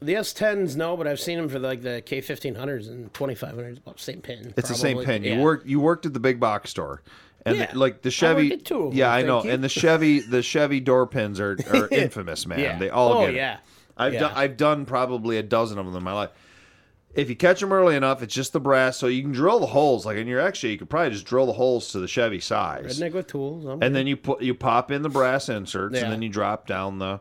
[SPEAKER 1] The S10s, no, but I've seen them for like the K1500s and 2500s. Well, same pin.
[SPEAKER 2] It's the same
[SPEAKER 1] probably.
[SPEAKER 2] pin. You
[SPEAKER 1] Yeah.
[SPEAKER 2] worked you worked at the big box store. And
[SPEAKER 1] Yeah.
[SPEAKER 2] the, like the
[SPEAKER 1] I
[SPEAKER 2] Chevy,
[SPEAKER 1] worked at two of them,
[SPEAKER 2] yeah, I
[SPEAKER 1] thank
[SPEAKER 2] know.
[SPEAKER 1] you.
[SPEAKER 2] And the Chevy, the Chevy door pins are, are infamous, man.
[SPEAKER 1] Yeah.
[SPEAKER 2] They all
[SPEAKER 1] Oh,
[SPEAKER 2] get it.
[SPEAKER 1] yeah.
[SPEAKER 2] I've
[SPEAKER 1] Yeah.
[SPEAKER 2] done I've done probably a dozen of them in my life. If you catch them early enough, it's just the brass, so you can drill the holes. Like in your actually, you could probably just drill the holes to the Chevy size,
[SPEAKER 1] Redneck with tools. I'm
[SPEAKER 2] and then you put you pop in the brass inserts,
[SPEAKER 1] Yeah. Hmm.
[SPEAKER 2] and then you drop down the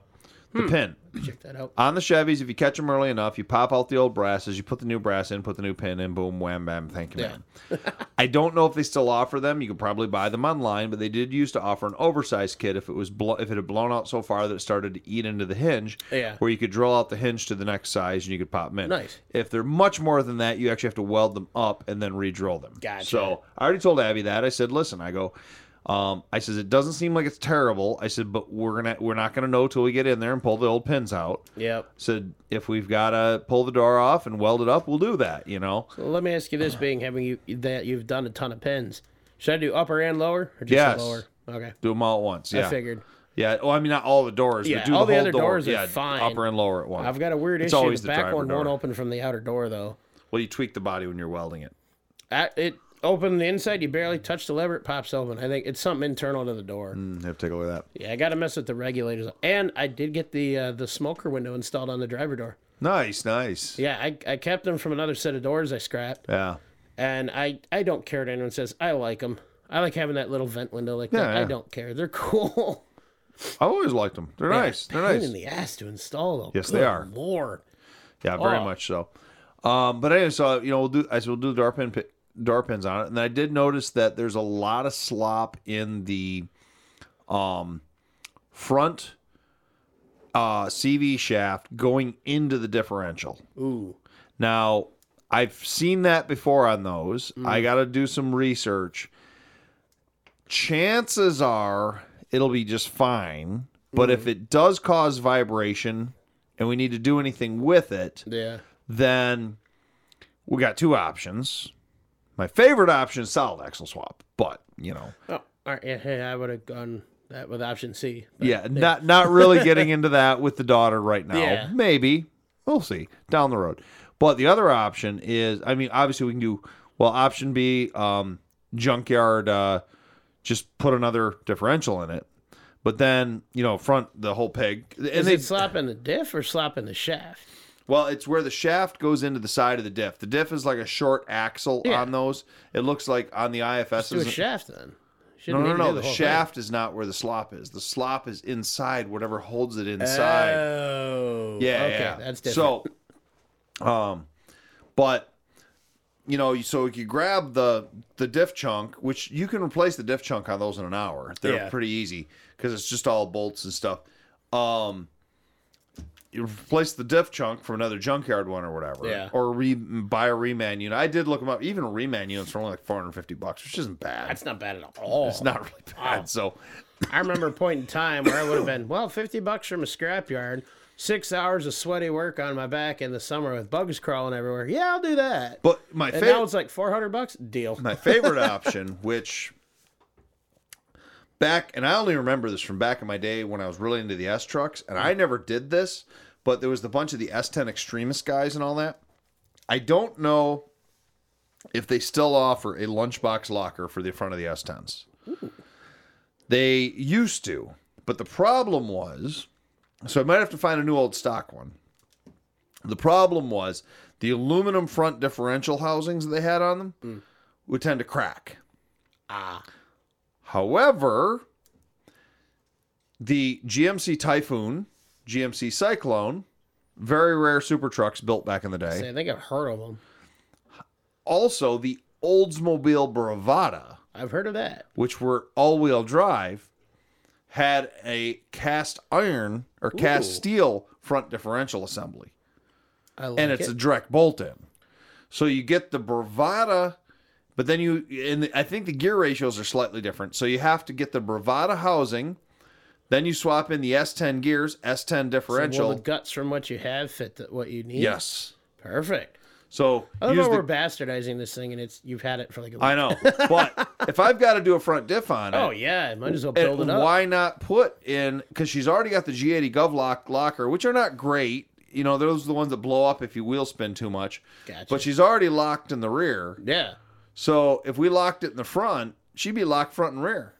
[SPEAKER 2] the pin
[SPEAKER 1] gonna check that out.
[SPEAKER 2] on the Chevys. If you catch them early enough, you pop out the old brasses, you put the new brass in, put the new pin in, boom, wham, bam, thank you,
[SPEAKER 1] Yeah.
[SPEAKER 2] man. I don't know if they still offer them. You could probably buy them online, but they did used to offer an oversized kit if it was blo- if it had blown out so far that it started to eat into the hinge,
[SPEAKER 1] Yeah.
[SPEAKER 2] where you could drill out the hinge to the next size and you could pop them in.
[SPEAKER 1] Nice.
[SPEAKER 2] If they're much more than that, you actually have to weld them up and then re-drill them.
[SPEAKER 1] Gotcha.
[SPEAKER 2] So I already told Abby that. I said, listen, I go. Um, I says it doesn't seem like it's terrible. I said, but we're gonna we're not gonna know till we get in there and pull the old pins out
[SPEAKER 1] Yep.
[SPEAKER 2] said if we've got to pull the door off and weld it up, we'll do that. You know,
[SPEAKER 1] Well, let me ask you this: being having you that you've done a ton of pins, should I do upper and lower, or just
[SPEAKER 2] Yes.
[SPEAKER 1] lower? Okay,
[SPEAKER 2] do them all at once. Yeah,
[SPEAKER 1] I figured.
[SPEAKER 2] Yeah. Well, I mean, not all the doors.
[SPEAKER 1] Yeah,
[SPEAKER 2] but do
[SPEAKER 1] all the
[SPEAKER 2] the, whole
[SPEAKER 1] other
[SPEAKER 2] door.
[SPEAKER 1] doors are
[SPEAKER 2] yeah,
[SPEAKER 1] fine.
[SPEAKER 2] Upper and lower at once.
[SPEAKER 1] I've got a weird
[SPEAKER 2] It's
[SPEAKER 1] issue.
[SPEAKER 2] always
[SPEAKER 1] the
[SPEAKER 2] the
[SPEAKER 1] back
[SPEAKER 2] driver
[SPEAKER 1] one won't
[SPEAKER 2] door.
[SPEAKER 1] open from the outer door though.
[SPEAKER 2] Well, you tweak the body when you're welding it.
[SPEAKER 1] I, it opened the inside. You barely touch the lever, it pops open. I think it's something internal to the door.
[SPEAKER 2] Mm, have to take a look at that.
[SPEAKER 1] Yeah, I got to mess with the regulators. And I did get the uh, the smoker window installed on the driver door.
[SPEAKER 2] Nice, nice.
[SPEAKER 1] Yeah, I, I kept them from another set of doors I scrapped,
[SPEAKER 2] Yeah.
[SPEAKER 1] and I I don't care what anyone says. I like them. I like having that little vent window like that.
[SPEAKER 2] Yeah, yeah.
[SPEAKER 1] I don't care. They're cool.
[SPEAKER 2] I always liked them. They're nice. They're
[SPEAKER 1] Pain
[SPEAKER 2] nice.
[SPEAKER 1] in the ass to install though.
[SPEAKER 2] Yes, they
[SPEAKER 1] Good
[SPEAKER 2] are.
[SPEAKER 1] Lord.
[SPEAKER 2] Yeah, very
[SPEAKER 1] Oh.
[SPEAKER 2] much so. Um, but anyway, so you know, we'll do I said we'll do the door pin pi- door pins on it, and I did notice that there's a lot of slop in the um front uh CV shaft going into the differential.
[SPEAKER 1] Ooh.
[SPEAKER 2] Now, I've seen that before on those.
[SPEAKER 1] Mm.
[SPEAKER 2] I got to do some research. Chances are it'll be just fine,
[SPEAKER 1] Mm.
[SPEAKER 2] but if it does cause vibration and we need to do anything with it,
[SPEAKER 1] Yeah.
[SPEAKER 2] then we got two options. My favorite option is solid axle swap, but you know,
[SPEAKER 1] Oh, all right. Yeah, hey, I would have gone that with option C. but-
[SPEAKER 2] yeah, not not really getting into that with the daughter right now.
[SPEAKER 1] Yeah.
[SPEAKER 2] Maybe we'll see down the road. But the other option is, I mean, obviously we can do well. Option B, um, junkyard, uh, just put another differential in it. But then you know, front the whole peg, and
[SPEAKER 1] Is
[SPEAKER 2] they
[SPEAKER 1] it slapping the diff or slapping the shaft?
[SPEAKER 2] Well, it's where the shaft goes into the side of the diff. The diff is like a short axle
[SPEAKER 1] Yeah.
[SPEAKER 2] on those. It looks like on the IFS.
[SPEAKER 1] Do a
[SPEAKER 2] is
[SPEAKER 1] shaft then.
[SPEAKER 2] no,
[SPEAKER 1] Shouldn't
[SPEAKER 2] no,
[SPEAKER 1] need to
[SPEAKER 2] no.
[SPEAKER 1] do
[SPEAKER 2] The,
[SPEAKER 1] whole thing.
[SPEAKER 2] shaft is not where the slop is. The slop is inside whatever holds
[SPEAKER 1] Ah,
[SPEAKER 2] it inside.
[SPEAKER 1] Oh.
[SPEAKER 2] yeah,
[SPEAKER 1] Okay,
[SPEAKER 2] yeah.
[SPEAKER 1] that's different.
[SPEAKER 2] So, um, but you know, you- so if you grab the the diff chunk, which you can replace the diff chunk on those in an hour. They're
[SPEAKER 1] Yeah.
[SPEAKER 2] pretty easy because it's just all bolts and stuff. Um, you replace the diff chunk from another junkyard one or whatever,
[SPEAKER 1] Yeah.
[SPEAKER 2] or re- buy a reman unit. I did look them up. Even reman units are only like four hundred fifty bucks, which isn't bad.
[SPEAKER 1] that's not bad at all.
[SPEAKER 2] it's not really bad. So
[SPEAKER 1] I remember a point in time where I would have been, well, 50 bucks from a scrapyard, six hours of sweaty work on my back in the summer with bugs crawling everywhere. Yeah, I'll do that.
[SPEAKER 2] But my
[SPEAKER 1] and now
[SPEAKER 2] favorite,
[SPEAKER 1] it's like 400 bucks? Deal.
[SPEAKER 2] my favorite option, which back, and I only remember this from back in my day when I was really into the S trucks, and I never did this, but there was the bunch of the S10 extremist guys and all that. I don't know if they still offer a lunchbox locker for the front of the S10s. They used to, but the problem was, so I might have to find a new old stock one. The problem was the aluminum front differential housings that they had on them would tend to crack.
[SPEAKER 1] Ah.
[SPEAKER 2] However, the GMC Typhoon, GMC Cyclone, very rare super trucks built back in the day.
[SPEAKER 1] See, I think I've heard of them.
[SPEAKER 2] Also, the Oldsmobile Bravada,
[SPEAKER 1] I've heard of that.
[SPEAKER 2] which were all wheel drive, had a cast iron or cast
[SPEAKER 1] Ooh.
[SPEAKER 2] steel front differential assembly.
[SPEAKER 1] I like
[SPEAKER 2] and it's
[SPEAKER 1] it.
[SPEAKER 2] a direct bolt in. So you get the Bravada, but then you and I think the gear ratios are slightly different. So you have to get the Bravada housing, then you swap in the S10 gears, S10
[SPEAKER 1] Will
[SPEAKER 2] differential.
[SPEAKER 1] the guts from what you have fit the, what you need?
[SPEAKER 2] yes.
[SPEAKER 1] Perfect.
[SPEAKER 2] So
[SPEAKER 1] I love
[SPEAKER 2] use
[SPEAKER 1] how
[SPEAKER 2] the-
[SPEAKER 1] we're bastardizing this thing, and it's you've had it for like a week.
[SPEAKER 2] I know, but if I've got to do a front diff on it,
[SPEAKER 1] oh yeah, might as well
[SPEAKER 2] and
[SPEAKER 1] build it up.
[SPEAKER 2] why not put in because she's already got the G80 Govlock locker, which are not great. You know, those are the ones that blow up if you wheel spin too much.
[SPEAKER 1] Gotcha.
[SPEAKER 2] But she's already locked in the rear.
[SPEAKER 1] yeah,
[SPEAKER 2] So if we locked it in the front, she'd be locked front and rear.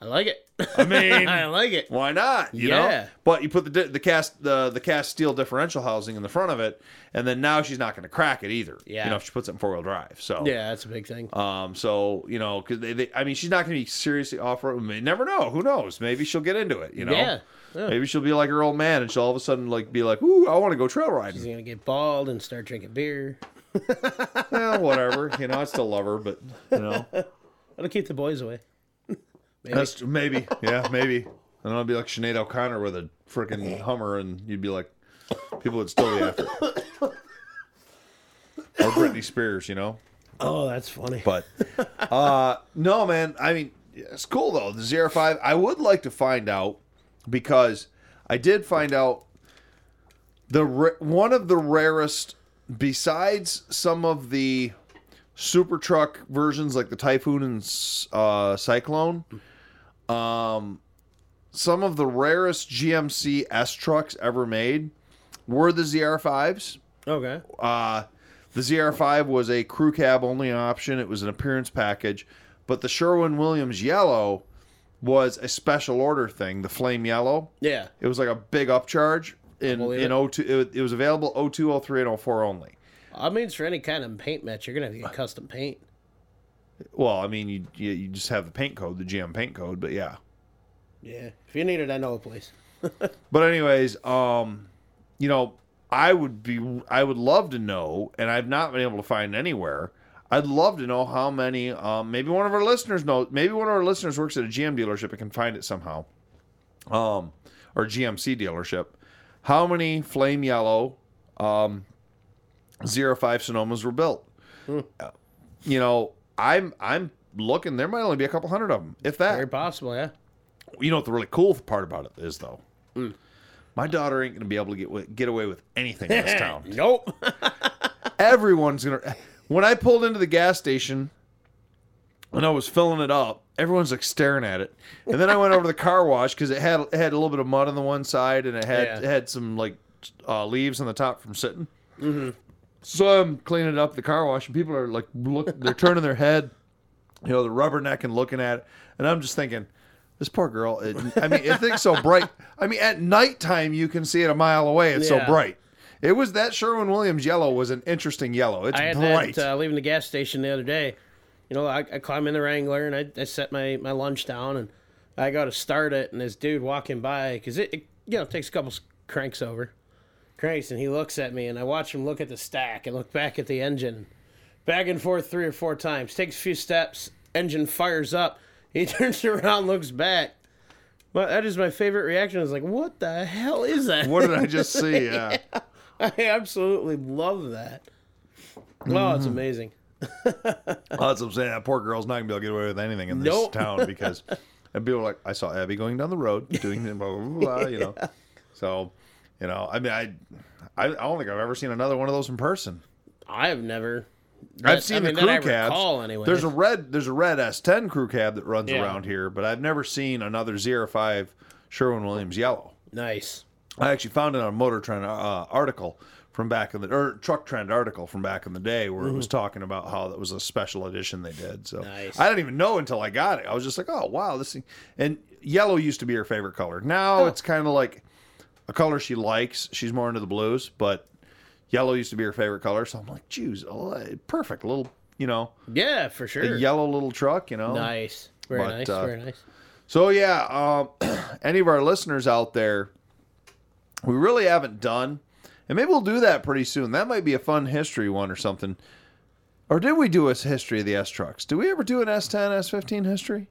[SPEAKER 1] I like it.
[SPEAKER 2] I mean,
[SPEAKER 1] I like it.
[SPEAKER 2] Why not? You
[SPEAKER 1] Yeah.
[SPEAKER 2] know? But you put the di- the cast the the cast steel differential housing in the front of it, and then now she's not going to crack it either.
[SPEAKER 1] Yeah.
[SPEAKER 2] You know, if she puts it in four wheel drive. So
[SPEAKER 1] Yeah, that's a big thing.
[SPEAKER 2] Um. So you know, because they, they, I mean, she's not going to be seriously off road. You never know. Who knows? Maybe she'll get into it. You know.
[SPEAKER 1] Yeah. Yeah.
[SPEAKER 2] Maybe she'll be like her old man, and she'll all of a sudden like be like, "Ooh, I want to go trail riding."
[SPEAKER 1] He's gonna get bald and start drinking beer.
[SPEAKER 2] well, whatever. You know, I still love her, but you know,
[SPEAKER 1] That'll keep the boys away.
[SPEAKER 2] that's maybe. Yeah, maybe. And I'll be like Sinead O'Connor with a freaking Hummer, and you'd be like, people would still be after. it. or Britney Spears, you know.
[SPEAKER 1] Oh, that's funny.
[SPEAKER 2] But uh no, man. I mean, it's cool though. The zero five. I would like to find out because I did find out the ra- one of the rarest, besides some of the super truck versions like the Typhoon and S- uh, Cyclone. Um, some of the rarest GMC S trucks ever made were the ZR5s.
[SPEAKER 1] okay.
[SPEAKER 2] Uh, the ZR5 was a crew cab only option. It was an appearance package, but the Sherwin Williams yellow was a special order thing. The flame yellow.
[SPEAKER 1] Yeah.
[SPEAKER 2] It was like a big upcharge in
[SPEAKER 1] believe
[SPEAKER 2] in
[SPEAKER 1] it.
[SPEAKER 2] 02. It, was- it was available 02, 03, and 04 only.
[SPEAKER 1] I mean, for any kind of paint match, you're gonna have to get custom paint.
[SPEAKER 2] Well, I mean, you you you just have the paint code, the GM paint code, but yeah.
[SPEAKER 1] Yeah. If you need it, I know a place.
[SPEAKER 2] But anyways, um, you know, I would be, I would love to know, and I've not been able to find anywhere. I'd love to know how many. Um, maybe one of our listeners knows. Maybe one of our listeners works at a GM dealership and can find it somehow, um, or GMC dealership. How many flame yellow, um, zero five Sonomas were built? Uh, You know, I'm I'm looking. There might only be a couple hundred of them, if that.
[SPEAKER 1] Very possible. Yeah.
[SPEAKER 2] You know what the really cool part about it is, though. My daughter ain't gonna be able to get wa- get away with anything in this town.
[SPEAKER 1] Nope.
[SPEAKER 2] Everyone's gonna. When I pulled into the gas station, and I was filling it up, everyone's like staring at it. And then I went over to the car wash because it had it had a little bit of mud on the one side, and it had
[SPEAKER 1] Yeah.
[SPEAKER 2] it had some like uh, leaves on the top from sitting. So I'm cleaning it up at the car wash, and people are like, look, they're turning their head, you know, the rubberneck and looking at it, and I'm just thinking. This poor girl. It, I mean, it thing's so bright. I mean, at nighttime you can see it a mile away. It's
[SPEAKER 1] Yeah.
[SPEAKER 2] so bright. It was that Sherwin Williams yellow was an interesting yellow. It's
[SPEAKER 1] I had
[SPEAKER 2] bright.
[SPEAKER 1] that uh, leaving the gas station the other day. You know, I, I climb in the Wrangler and I, I set my, my lunch down and I go to start it and this dude walking by because it, it you know takes a couple s- cranks over, cranks and he looks at me and I watch him look at the stack and look back at the engine, back and forth three or four times. Takes a few steps, engine fires up. He turns around, looks back. Well, that is my favorite reaction. I was like, "What the hell is that?"
[SPEAKER 2] what did I just see? Uh, Yeah.
[SPEAKER 1] I absolutely love that. Oh, it's amazing.
[SPEAKER 2] Well, that's what I'm saying. That poor girl's not gonna be able to get away with anything in this
[SPEAKER 1] Nope.
[SPEAKER 2] town because and people are like, I saw Abby going down the road doing the blah blah blah, blah you know. So, you know, I mean, I, I, I don't think I've ever seen another one of those in person.
[SPEAKER 1] I have never.
[SPEAKER 2] I've seen the crew
[SPEAKER 1] that I
[SPEAKER 2] cabs.
[SPEAKER 1] recall, anyway.
[SPEAKER 2] There's a red there's a red S10 crew cab that runs
[SPEAKER 1] Yeah.
[SPEAKER 2] around here, but I've never seen another 05 Sherwin Williams yellow.
[SPEAKER 1] nice.
[SPEAKER 2] I actually found it on a Motor Trend uh, article from back in the or Truck Trend article from back in the day where it was talking about how that was a special edition they did. So
[SPEAKER 1] Mm-hmm. Nice.
[SPEAKER 2] I didn't even know until I got it. I was just like, oh wow, this thing. And yellow used to be her favorite color. Now
[SPEAKER 1] Oh.
[SPEAKER 2] it's kind of like a color she likes. She's more into the blues, but yellow used to be her favorite color. So I'm like, geez, oh, eh, perfect little, you know,
[SPEAKER 1] Yeah, for sure.
[SPEAKER 2] yellow little truck, you know.
[SPEAKER 1] Nice. Very
[SPEAKER 2] But,
[SPEAKER 1] nice.
[SPEAKER 2] uh,
[SPEAKER 1] very nice.
[SPEAKER 2] So yeah, um, any of our listeners out there, we really haven't done, and maybe we'll do that pretty soon. That might be a fun history one or something. Or did we do a history of the S trucks? Did we ever do an S10, S15 history?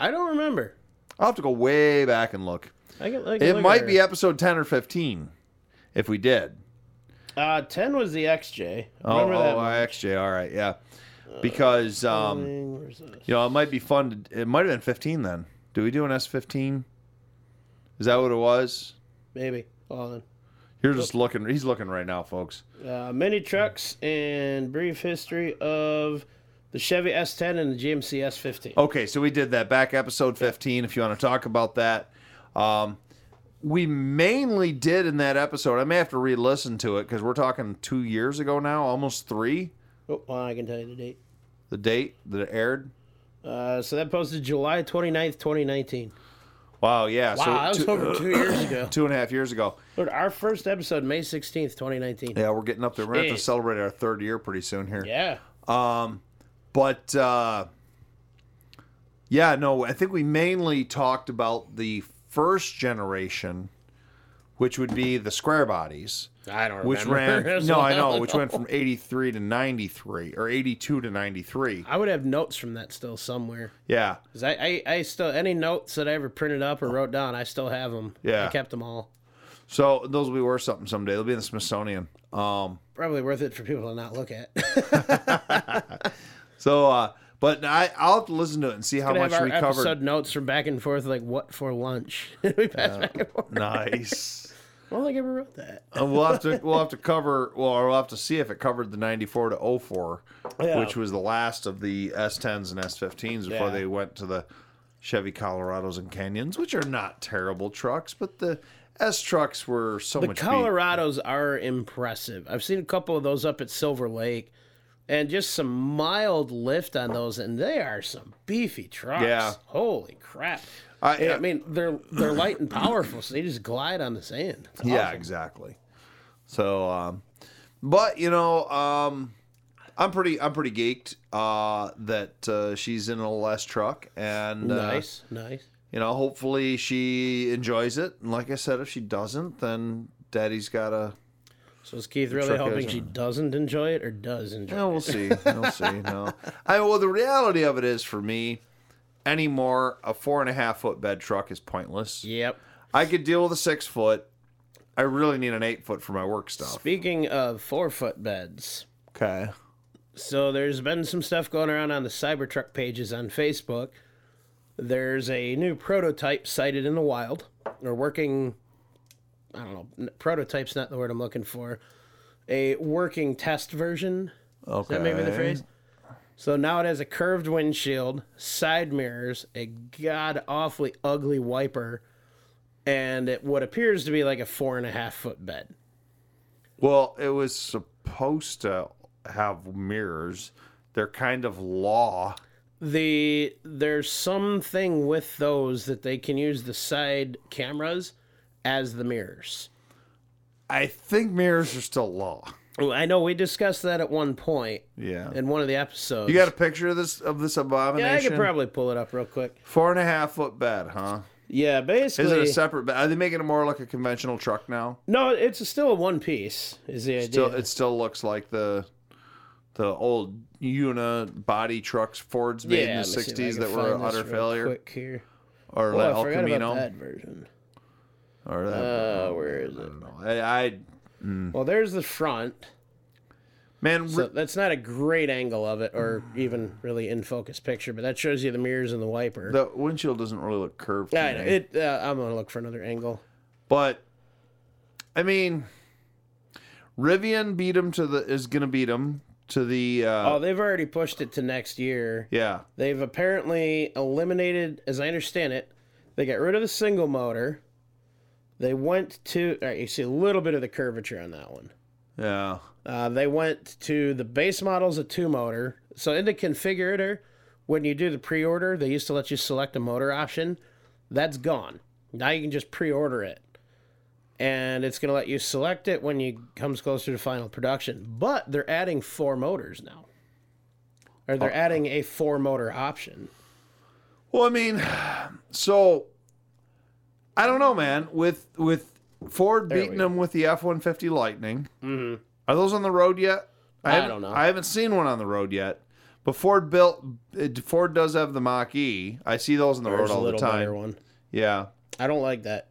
[SPEAKER 1] I don't remember.
[SPEAKER 2] I'll have to go way back and look.
[SPEAKER 1] I can, I can
[SPEAKER 2] It
[SPEAKER 1] look
[SPEAKER 2] might
[SPEAKER 1] at
[SPEAKER 2] be
[SPEAKER 1] her.
[SPEAKER 2] episode 10 or 15 if we did.
[SPEAKER 1] Uh, ten was the XJ.
[SPEAKER 2] Oh,
[SPEAKER 1] Remember that
[SPEAKER 2] oh,
[SPEAKER 1] one.
[SPEAKER 2] XJ. All right, yeah. Because um,
[SPEAKER 1] Where's this?
[SPEAKER 2] you know, it might be fun. To, it might have been 15 then. Do we do an S15? Is that what it was?
[SPEAKER 1] Maybe. Hold on.
[SPEAKER 2] You You're just looking. He's looking right now, folks.
[SPEAKER 1] Uh, mini trucks and brief history of the Chevy S10 and the GMC S15.
[SPEAKER 2] Okay, so we did that back episode 15. If you want to talk about that, um, we mainly did in that episode. I may have to re listen to it because we're talking two years ago now, almost three.
[SPEAKER 1] Oh, well, I can tell you the date.
[SPEAKER 2] The date that it aired.
[SPEAKER 1] Uh, so that posted July 29th, 2019.
[SPEAKER 2] Wow, yeah.
[SPEAKER 1] Wow, that
[SPEAKER 2] so
[SPEAKER 1] was
[SPEAKER 2] two,
[SPEAKER 1] over two years ago.
[SPEAKER 2] two and a half years ago.
[SPEAKER 1] Lord, our first episode, May 16th, 2019.
[SPEAKER 2] Yeah, we're getting up there. We're going to have
[SPEAKER 1] Shit.
[SPEAKER 2] to celebrate our third year pretty soon here.
[SPEAKER 1] Yeah.
[SPEAKER 2] But uh, yeah, no, I think we mainly talked about the first generation, which would be the square bodies.
[SPEAKER 1] I don't remember.
[SPEAKER 2] which ran no i know which went from 83 to 93 or 82 to 93
[SPEAKER 1] I would have notes from that still somewhere.
[SPEAKER 2] yeah
[SPEAKER 1] 'Cause I, I, I still, any notes that I ever printed up or wrote down, I still have them.
[SPEAKER 2] Yeah.
[SPEAKER 1] I kept them all.
[SPEAKER 2] so those will be worth something someday they'll be in the smithsonian um
[SPEAKER 1] Probably worth it for people to not look at.
[SPEAKER 2] so uh but i i'll have to listen to it and see how
[SPEAKER 1] I
[SPEAKER 2] much
[SPEAKER 1] have our
[SPEAKER 2] we covered
[SPEAKER 1] episode notes from back and forth, like what for lunch. we pass back and forth.
[SPEAKER 2] nice
[SPEAKER 1] I don't think I ever wrote that.
[SPEAKER 2] and Uh, we'll have to we'll have to cover well or we'll have to see if it covered the 94 to 04
[SPEAKER 1] Yeah.
[SPEAKER 2] which was the last of the s10s and s15s before
[SPEAKER 1] Yeah.
[SPEAKER 2] they went to the chevy colorados and canyons which are not terrible trucks but the s trucks were so
[SPEAKER 1] The
[SPEAKER 2] much beat.
[SPEAKER 1] Colorados are impressive. I've seen a couple of those up at Silver Lake, and just some mild lift on those, and they are some beefy trucks.
[SPEAKER 2] Yeah.
[SPEAKER 1] Holy crap!
[SPEAKER 2] I-
[SPEAKER 1] I, mean, they're they're light and powerful, so they just glide on the sand. It's
[SPEAKER 2] Yeah,
[SPEAKER 1] awesome.
[SPEAKER 2] exactly. So, um, but you know, um, I'm pretty, I'm pretty geeked uh, that uh, she's in a less truck, and uh,
[SPEAKER 1] Nice, nice.
[SPEAKER 2] you know, hopefully she enjoys it. And like I said, if she doesn't, then Daddy's gotta.
[SPEAKER 1] So is Keith really
[SPEAKER 2] truck Oh.
[SPEAKER 1] hoping
[SPEAKER 2] is-
[SPEAKER 1] she doesn't enjoy it or does enjoy?
[SPEAKER 2] No,
[SPEAKER 1] it?
[SPEAKER 2] we'll see. We'll see. No, I well, the reality of it is for me, anymore, a four and a half foot bed truck is pointless.
[SPEAKER 1] Yep.
[SPEAKER 2] I could deal with a six foot. I really need an eight foot for my work stuff.
[SPEAKER 1] Speaking of four foot beds,
[SPEAKER 2] Okay.
[SPEAKER 1] So there's been some stuff going around on the Cybertruck pages on Facebook. There's a new prototype sighted in the wild, or working. I don't know. n- Prototype's not the word I'm looking for. A working test version.
[SPEAKER 2] Okay.
[SPEAKER 1] Is that maybe the phrase? So now it has a curved windshield, side mirrors, a god awfully ugly wiper, and it, what appears to be like a four and a half foot bed.
[SPEAKER 2] Well, it was supposed to have mirrors. They're kind of law.
[SPEAKER 1] the there's something with those that they can use the side cameras as the mirrors.
[SPEAKER 2] I think mirrors are still law.
[SPEAKER 1] Well, I know we discussed that at one point
[SPEAKER 2] Yeah.
[SPEAKER 1] in one of the episodes.
[SPEAKER 2] you got a picture of this of this abomination?
[SPEAKER 1] yeah, I could probably pull it up real quick.
[SPEAKER 2] Four and a half foot bed, huh?
[SPEAKER 1] Yeah,
[SPEAKER 2] Is
[SPEAKER 1] basically,
[SPEAKER 2] it a separate bed? Are they making it more like a conventional truck now?
[SPEAKER 1] no, it's still a one piece. Is the idea?
[SPEAKER 2] Still, it still looks like the the old Una body trucks Fords made in
[SPEAKER 1] let
[SPEAKER 2] the
[SPEAKER 1] me see if I
[SPEAKER 2] '60s
[SPEAKER 1] can
[SPEAKER 2] that were an
[SPEAKER 1] find this
[SPEAKER 2] utter
[SPEAKER 1] real
[SPEAKER 2] failure,
[SPEAKER 1] Quick here.
[SPEAKER 2] or
[SPEAKER 1] Well, I
[SPEAKER 2] like El
[SPEAKER 1] forgot about
[SPEAKER 2] Camino,
[SPEAKER 1] that version.
[SPEAKER 2] or that.
[SPEAKER 1] Uh, where is it?
[SPEAKER 2] I, I Mm.
[SPEAKER 1] Well, there's the front.
[SPEAKER 2] man,
[SPEAKER 1] So that's not a great angle of it, or even really in focus picture, but that shows you the mirrors and the wiper.
[SPEAKER 2] the windshield doesn't really look curved. to
[SPEAKER 1] I know.
[SPEAKER 2] me.
[SPEAKER 1] It, uh, I'm gonna look for another angle.
[SPEAKER 2] But I mean, Rivian beat him to the is gonna beat him to the uh,
[SPEAKER 1] Oh, they've already pushed it to next year.
[SPEAKER 2] yeah
[SPEAKER 1] They've apparently eliminated, as I understand it, they got rid of the single motor. They went to. All right, you see a little bit of the curvature on that one.
[SPEAKER 2] yeah
[SPEAKER 1] Uh, they went to the base models a two motor. So in the configurator, when you do the pre-order, they used to let you select a motor option. That's gone. Now you can just pre-order it, and it's going to let you select it when you comes closer to final production. But they're adding four motors now, or
[SPEAKER 2] Oh.
[SPEAKER 1] they're adding a four-motor option.
[SPEAKER 2] Well, I mean, so I don't know, man. With with Ford beating
[SPEAKER 1] we go. Mm-hmm.
[SPEAKER 2] them with the F one fifty Lightning, are those on the road yet?
[SPEAKER 1] I
[SPEAKER 2] haven't-
[SPEAKER 1] don't know.
[SPEAKER 2] I haven't seen one on the road yet. But Ford built. it- Ford does have the Mach E. I see those on the
[SPEAKER 1] There's
[SPEAKER 2] road
[SPEAKER 1] a
[SPEAKER 2] all the
[SPEAKER 1] little
[SPEAKER 2] time.
[SPEAKER 1] better one.
[SPEAKER 2] Yeah,
[SPEAKER 1] I don't like that.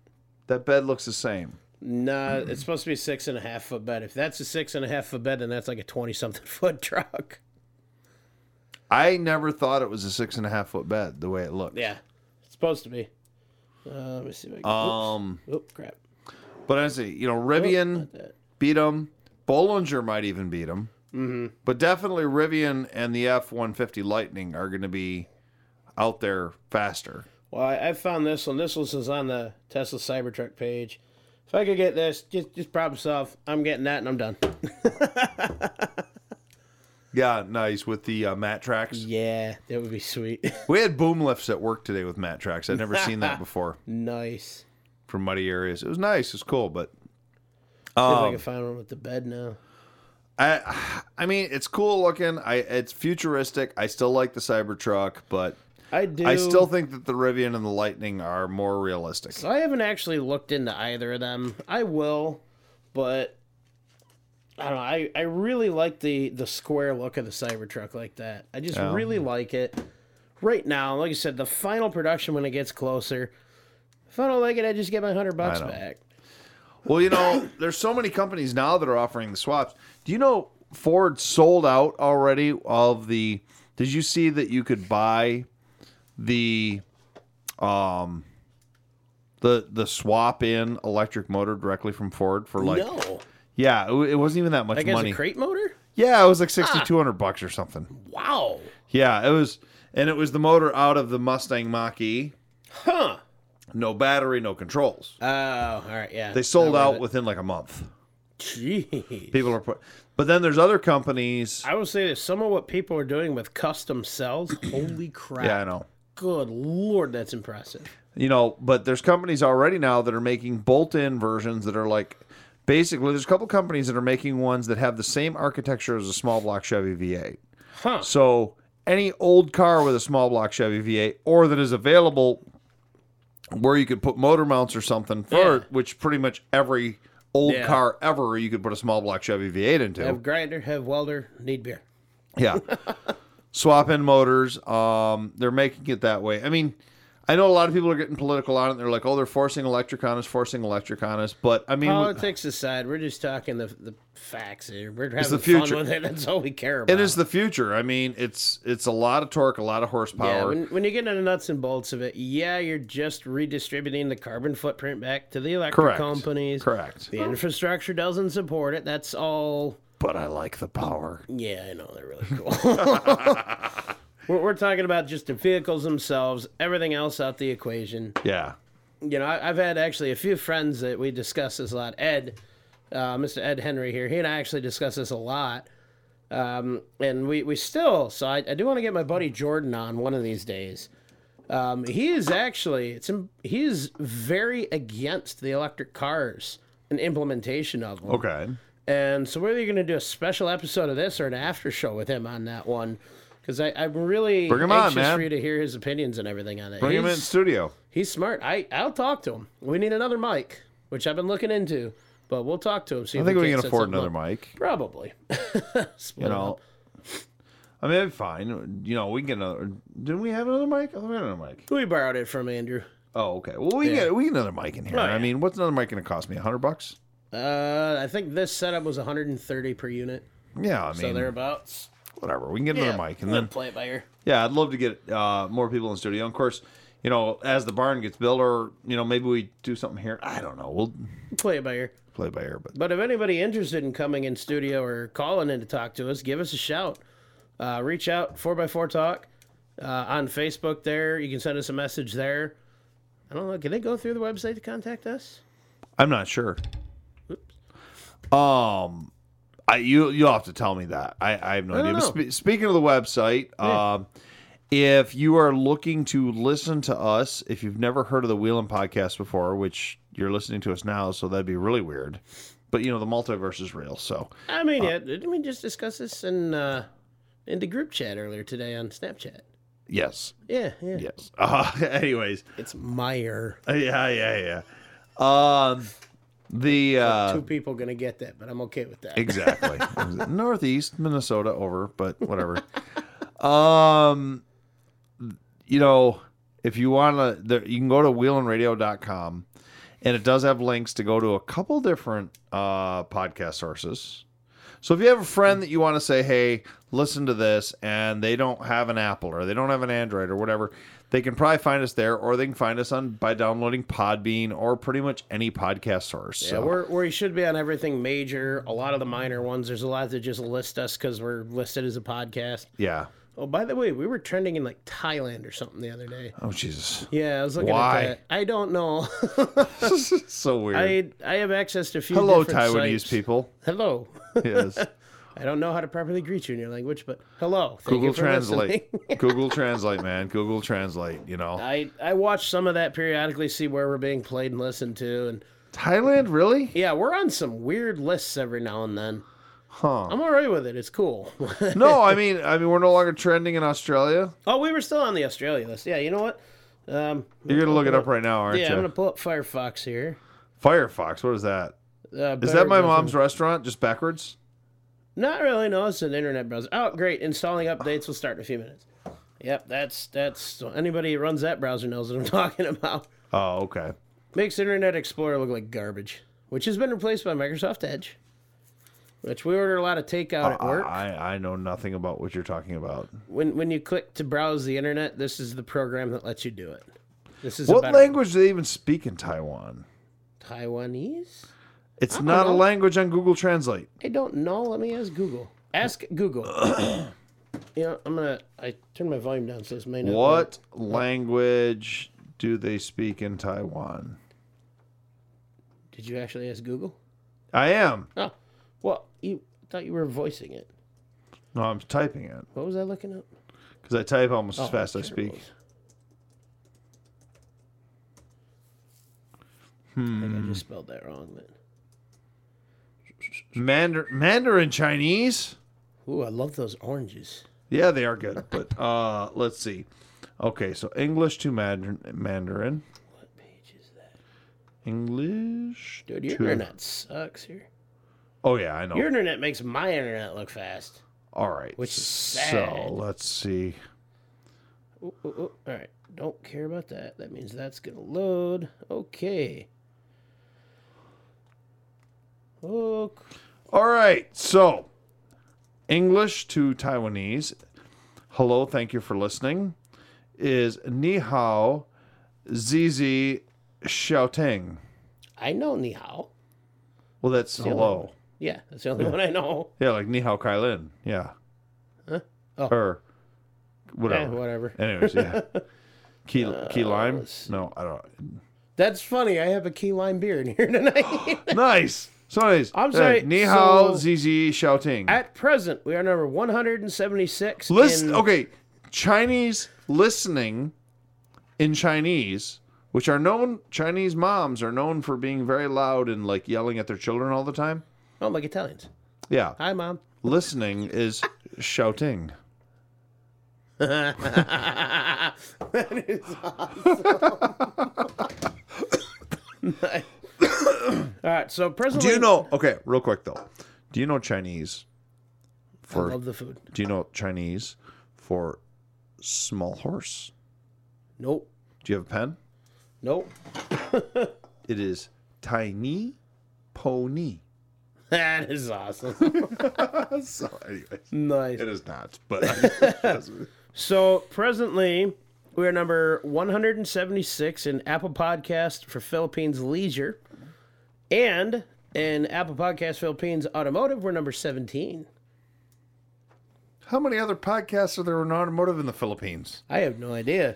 [SPEAKER 2] that bed looks the same.
[SPEAKER 1] Nah, it's supposed to be six and a half foot bed. If that's a six and a half foot bed, then that's like a twenty-something foot truck.
[SPEAKER 2] I never thought it was a six and a half foot bed the way it looked.
[SPEAKER 1] Yeah, it's supposed to be. Uh, let me see. If I can,
[SPEAKER 2] Um.
[SPEAKER 1] oops. Oh crap!
[SPEAKER 2] But honestly, you know, Rivian beat them. Bollinger might even beat them. Mm-hmm. But definitely Rivian and the F 150 Lightning are going to be out there faster.
[SPEAKER 1] Well, I, I found this one. This was is on the Tesla Cybertruck page. If I could get this, just just problem solved. I'm getting that, and I'm done.
[SPEAKER 2] Yeah, nice with the uh, mat tracks.
[SPEAKER 1] Yeah, that would be sweet.
[SPEAKER 2] We had boom lifts at work today with mat tracks. I'd never seen that before
[SPEAKER 1] nice.
[SPEAKER 2] from muddy areas. It was nice. It was cool, but
[SPEAKER 1] See
[SPEAKER 2] Um,
[SPEAKER 1] if I can find one with the bed now.
[SPEAKER 2] I, I mean, it's cool looking. I, it's futuristic. I still like the Cybertruck, but
[SPEAKER 1] I do.
[SPEAKER 2] I still think that the Rivian and the Lightning are more realistic.
[SPEAKER 1] I haven't actually looked into either of them. I will, but I don't know. I, I really like the the square look of the Cybertruck like that. I just really like it. Right now, like I said, the final production when it gets closer. If I don't like it, I just get my hundred bucks
[SPEAKER 2] know.
[SPEAKER 1] back.
[SPEAKER 2] Well, you know, there's so many companies now that are offering the swaps. Do you know Ford sold out already of the? Did you see that you could buy the, um, the the swap in electric motor directly from Ford for like?
[SPEAKER 1] no,
[SPEAKER 2] Yeah, it, it wasn't even that much
[SPEAKER 1] I guess
[SPEAKER 2] money.
[SPEAKER 1] a crate motor.
[SPEAKER 2] yeah, it was like sixty two hundred bucks or something.
[SPEAKER 1] Wow.
[SPEAKER 2] Yeah, it was, and it was the motor out of the Mustang Mach E.
[SPEAKER 1] Huh.
[SPEAKER 2] No battery, no controls.
[SPEAKER 1] Oh, all right. Yeah.
[SPEAKER 2] They sold out within like a month.
[SPEAKER 1] Jeez.
[SPEAKER 2] People are put, but then there's other companies.
[SPEAKER 1] I will say this: some of what people are doing with custom cells. holy crap!
[SPEAKER 2] Yeah, I know.
[SPEAKER 1] Good lord, that's impressive.
[SPEAKER 2] You know, but there's companies already now that are making bolt-in versions that are like basically there's a couple companies that are making ones that have the same architecture as a small block Chevy V8.
[SPEAKER 1] Huh.
[SPEAKER 2] So any old car with a small block Chevy V8 or that is available where you could put motor mounts or something for
[SPEAKER 1] Yeah.
[SPEAKER 2] it, which pretty much every old
[SPEAKER 1] Yeah.
[SPEAKER 2] car ever you could put a small block Chevy V8 into.
[SPEAKER 1] Have grinder, have welder, need beer.
[SPEAKER 2] Yeah. Swap in motors. Um, they're making it that way. I mean, I know a lot of people are getting political on it. They're like, oh, they're forcing electric on us, forcing electric on us. But I mean,
[SPEAKER 1] Politics aside, we're just talking the, the facts here. We're having
[SPEAKER 2] the future.
[SPEAKER 1] fun with it. That's all we care about.
[SPEAKER 2] it is the future. I mean, it's it's a lot of torque, a lot of
[SPEAKER 1] yeah,
[SPEAKER 2] horsepower.
[SPEAKER 1] when, when you get into the nuts and bolts of it, yeah, you're just redistributing the carbon footprint back to the electric
[SPEAKER 2] Correct.
[SPEAKER 1] companies.
[SPEAKER 2] Correct.
[SPEAKER 1] The infrastructure doesn't support it. That's all.
[SPEAKER 2] But I like the power.
[SPEAKER 1] Yeah, I know. They're really cool. we're, we're talking about just the vehicles themselves, everything else out the equation.
[SPEAKER 2] Yeah.
[SPEAKER 1] you know, I, I've had actually a few friends that we discuss this a lot. Ed, uh, Mr. Ed Henry here, he and I actually discuss this a lot. Um, and we, we still, so I, I do want to get my buddy Jordan on one of these days. Um, he is actually, it's, im- he is very against the electric cars and implementation of them.
[SPEAKER 2] Okay.
[SPEAKER 1] And so we're either going to do a special episode of this or an after show with him on that one. Because I'm really
[SPEAKER 2] Bring him on,
[SPEAKER 1] anxious
[SPEAKER 2] man.
[SPEAKER 1] for you to hear his opinions and everything on it.
[SPEAKER 2] Bring him in
[SPEAKER 1] He's-
[SPEAKER 2] studio.
[SPEAKER 1] He's smart. I I'll talk to him. We need another mic, which I've been looking into, but we'll talk to him. See
[SPEAKER 2] I
[SPEAKER 1] if
[SPEAKER 2] think we
[SPEAKER 1] can't
[SPEAKER 2] can
[SPEAKER 1] set
[SPEAKER 2] afford
[SPEAKER 1] something
[SPEAKER 2] another
[SPEAKER 1] up.
[SPEAKER 2] mic.
[SPEAKER 1] Probably.
[SPEAKER 2] You know. I mean, it'd be fine. You know, we can get another. Didn't we have another mic? I thought we had another mic.
[SPEAKER 1] we borrowed it from Andrew.
[SPEAKER 2] Oh, okay. Well, we can
[SPEAKER 1] Yeah.
[SPEAKER 2] get we can get another mic in here.
[SPEAKER 1] Oh,
[SPEAKER 2] I
[SPEAKER 1] yeah.
[SPEAKER 2] mean, what's another mic going to cost me? A hundred bucks?
[SPEAKER 1] Uh, I think this setup was 130 per unit,
[SPEAKER 2] Yeah, I mean,
[SPEAKER 1] so thereabouts.
[SPEAKER 2] whatever. We can get another mic, and
[SPEAKER 1] we'll
[SPEAKER 2] then
[SPEAKER 1] play it by ear.
[SPEAKER 2] yeah, I'd love to get uh, more people in the studio. Of course, you know, as the barn gets built, or you know, maybe we do something here. I don't know. We'll
[SPEAKER 1] Play it by ear.
[SPEAKER 2] play by ear, but
[SPEAKER 1] But if anybody interested in coming in studio or calling in to talk to us, give us a shout. Uh, reach out 4x4 Talk uh, on Facebook there. You can send us a message there. I don't know. Can they go through the website to contact us?
[SPEAKER 2] I'm not sure. Um, I you you'll have to tell me that. I, I have no idea.
[SPEAKER 1] don't
[SPEAKER 2] But
[SPEAKER 1] know.
[SPEAKER 2] spe- speaking of the website, um. If you are looking to listen to us, if you've never heard of the Wheeling Podcast before, which you're listening to us now, so that'd be really weird. But you know, the multiverse is real, so
[SPEAKER 1] I mean, yeah, didn't we just discuss this in uh, in the group chat earlier today on Snapchat?
[SPEAKER 2] yes,
[SPEAKER 1] Yeah, yeah.
[SPEAKER 2] yes. Uh, anyways, uh,
[SPEAKER 1] It's Meyer.
[SPEAKER 2] Yeah, yeah, yeah. Um, the uh,
[SPEAKER 1] Two people gonna get that, but I'm okay with that.
[SPEAKER 2] exactly northeast Minnesota over, but whatever. um, you know, if you wanna, there, you can go to wheelandradio.com and it does have links to go to a couple different uh podcast sources. So if you have a friend that you want to say, hey, listen to this, and they don't have an Apple or they don't have an Android or whatever, they can probably find us there, or they can find us on by downloading Podbean or pretty much any podcast source.
[SPEAKER 1] Yeah,
[SPEAKER 2] so,
[SPEAKER 1] we're, we should be on everything major. A lot of the minor ones. There's a lot that just list us because we're listed as a podcast.
[SPEAKER 2] yeah.
[SPEAKER 1] Oh, by the way, we were trending in like Thailand or something the other day.
[SPEAKER 2] Oh Jesus,
[SPEAKER 1] Yeah, I was looking
[SPEAKER 2] Why?
[SPEAKER 1] at that. I don't know.
[SPEAKER 2] so weird.
[SPEAKER 1] I I have access to a few.
[SPEAKER 2] Hello,
[SPEAKER 1] different
[SPEAKER 2] Taiwanese
[SPEAKER 1] sites.
[SPEAKER 2] people.
[SPEAKER 1] Hello.
[SPEAKER 2] Yes.
[SPEAKER 1] I don't know how to properly greet you in your language, but hello. Thank
[SPEAKER 2] Google
[SPEAKER 1] you for
[SPEAKER 2] Translate.
[SPEAKER 1] listening. Uh,
[SPEAKER 2] Google Translate, man. Google Translate. You know,
[SPEAKER 1] I I watch some of that periodically, see where we're being played and listened to, and
[SPEAKER 2] Thailand, really?
[SPEAKER 1] yeah, we're on some weird lists every now and then.
[SPEAKER 2] Huh.
[SPEAKER 1] I'm alright with it. It's cool.
[SPEAKER 2] No, I mean, I mean, we're no longer trending in Australia.
[SPEAKER 1] oh, we were still on the Australia list. Yeah, you know what? Um,
[SPEAKER 2] You're gonna look it up right now, aren't
[SPEAKER 1] yeah,
[SPEAKER 2] you?
[SPEAKER 1] I'm gonna pull up Firefox here.
[SPEAKER 2] Firefox. What is that?
[SPEAKER 1] Uh,
[SPEAKER 2] Is that my
[SPEAKER 1] mom?
[SPEAKER 2] mom's restaurant just backwards?
[SPEAKER 1] Not really. No, it's an internet browser. Oh, great! Installing updates will start in a few minutes. Yep, that's that's so anybody who runs that browser knows what I'm talking about.
[SPEAKER 2] Oh, okay.
[SPEAKER 1] Makes Internet Explorer look like garbage, which has been replaced by Microsoft Edge, which we order a lot of takeout
[SPEAKER 2] Uh-uh.
[SPEAKER 1] at work.
[SPEAKER 2] I I know nothing about what you're talking about.
[SPEAKER 1] When when you click to browse the internet, this is the program that lets you do it. This is a
[SPEAKER 2] What
[SPEAKER 1] better-
[SPEAKER 2] language do they even speak in Taiwan?
[SPEAKER 1] Taiwanese?
[SPEAKER 2] It's not
[SPEAKER 1] know.
[SPEAKER 2] a language on Google Translate.
[SPEAKER 1] I don't know. Let me ask Google. Ask Google. you know, I'm gonna. I turn my volume down so this may not.
[SPEAKER 2] What language do they speak in Taiwan?
[SPEAKER 1] Did you actually ask Google?
[SPEAKER 2] I am.
[SPEAKER 1] Oh, well, you I thought you were voicing it.
[SPEAKER 2] No, I'm typing it
[SPEAKER 1] What was I looking up?
[SPEAKER 2] because I type almost
[SPEAKER 1] Oh,
[SPEAKER 2] as fast as I
[SPEAKER 1] that's
[SPEAKER 2] speak. Hmm.
[SPEAKER 1] I think I just spelled that wrong. But
[SPEAKER 2] Mandar- Mandarin Chinese.
[SPEAKER 1] ooh, I love those oranges.
[SPEAKER 2] Yeah, they are good. But uh, let's see. Okay, so English to Mandarin. Mandarin.
[SPEAKER 1] What page is that?
[SPEAKER 2] English.
[SPEAKER 1] Dude, your
[SPEAKER 2] to-
[SPEAKER 1] internet sucks here.
[SPEAKER 2] Oh yeah, I know.
[SPEAKER 1] Your internet makes my internet look fast.
[SPEAKER 2] All right.
[SPEAKER 1] Which is
[SPEAKER 2] So
[SPEAKER 1] sad.
[SPEAKER 2] let's see.
[SPEAKER 1] Ooh, ooh, ooh. All right, don't care about that. That means that's gonna load. Okay. Oh, c-
[SPEAKER 2] All right. So English to Taiwanese. Hello, thank you for listening. Is ni hao, zizi, xiaoting.
[SPEAKER 1] I know ni hao.
[SPEAKER 2] Well, that's hello.
[SPEAKER 1] Yeah, that's the only one I know.
[SPEAKER 2] Yeah, like ni hao kai lin. Yeah.
[SPEAKER 1] Oh.
[SPEAKER 2] Or
[SPEAKER 1] Eh,
[SPEAKER 2] whatever.
[SPEAKER 1] whatever. Uh,
[SPEAKER 2] Anyways, yeah. Key, key lime?
[SPEAKER 1] let's
[SPEAKER 2] No, I don't.
[SPEAKER 1] That's funny. I have a key lime beer in here tonight.
[SPEAKER 2] Nice. So, anyways, uh,
[SPEAKER 1] I'm sorry,
[SPEAKER 2] Ni hao,
[SPEAKER 1] so-
[SPEAKER 2] zizi, xiaoting.
[SPEAKER 1] At present, we are number 176.
[SPEAKER 2] List
[SPEAKER 1] in-
[SPEAKER 2] okay, Chinese listening in Chinese, which are known Chinese moms are known for being very loud and like yelling at their children all the time.
[SPEAKER 1] Oh, like Italians.
[SPEAKER 2] Yeah,
[SPEAKER 1] Hi, Mom.
[SPEAKER 2] listening is shouting.
[SPEAKER 1] All right, so presently.
[SPEAKER 2] Do you know? Okay, real quick though, do you know Chinese
[SPEAKER 1] I
[SPEAKER 2] for?
[SPEAKER 1] love the food.
[SPEAKER 2] Do you know Chinese for small horse?
[SPEAKER 1] Nope.
[SPEAKER 2] Do you have a pen?
[SPEAKER 1] Nope.
[SPEAKER 2] It is tiny pony.
[SPEAKER 1] That is awesome.
[SPEAKER 2] So, anyways,
[SPEAKER 1] nice.
[SPEAKER 2] it is not, but I-
[SPEAKER 1] So presently, we are number 176 in Apple Podcast for Philippines Leisure, and in Apple Podcast Philippines Automotive, we're number 17.
[SPEAKER 2] How many other podcasts are there in automotive in the Philippines?
[SPEAKER 1] I have no idea.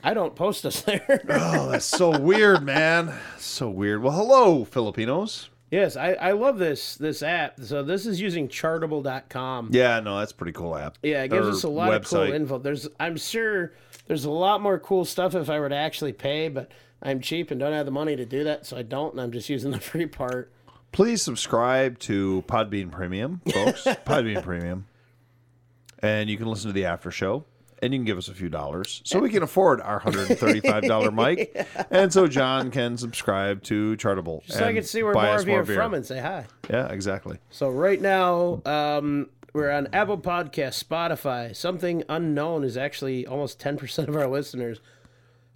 [SPEAKER 1] I don't post us there.
[SPEAKER 2] Oh, that's so weird, man. So weird. Well, hello, Filipinos.
[SPEAKER 1] yes, I, I love this this app. So this is using chartable.com.
[SPEAKER 2] Yeah, no, that's a pretty cool app.
[SPEAKER 1] Yeah, it gives
[SPEAKER 2] Or
[SPEAKER 1] us a lot of
[SPEAKER 2] website.
[SPEAKER 1] cool info. There's, I'm sure, there's a lot more cool stuff if I were to actually pay, but I'm cheap and don't have the money to do that, so I don't, and I'm just using the free part.
[SPEAKER 2] Please subscribe to Podbean Premium, folks. Podbean Premium. And you can listen to the after show. And you can give us a few dollars so we can afford our $135 mic. And so John can subscribe to Chartable.
[SPEAKER 1] So I can see where more of you are from and say hi.
[SPEAKER 2] Yeah, exactly.
[SPEAKER 1] So right now, um, we're on Apple Podcast, Spotify. Something unknown is actually almost ten percent of our listeners.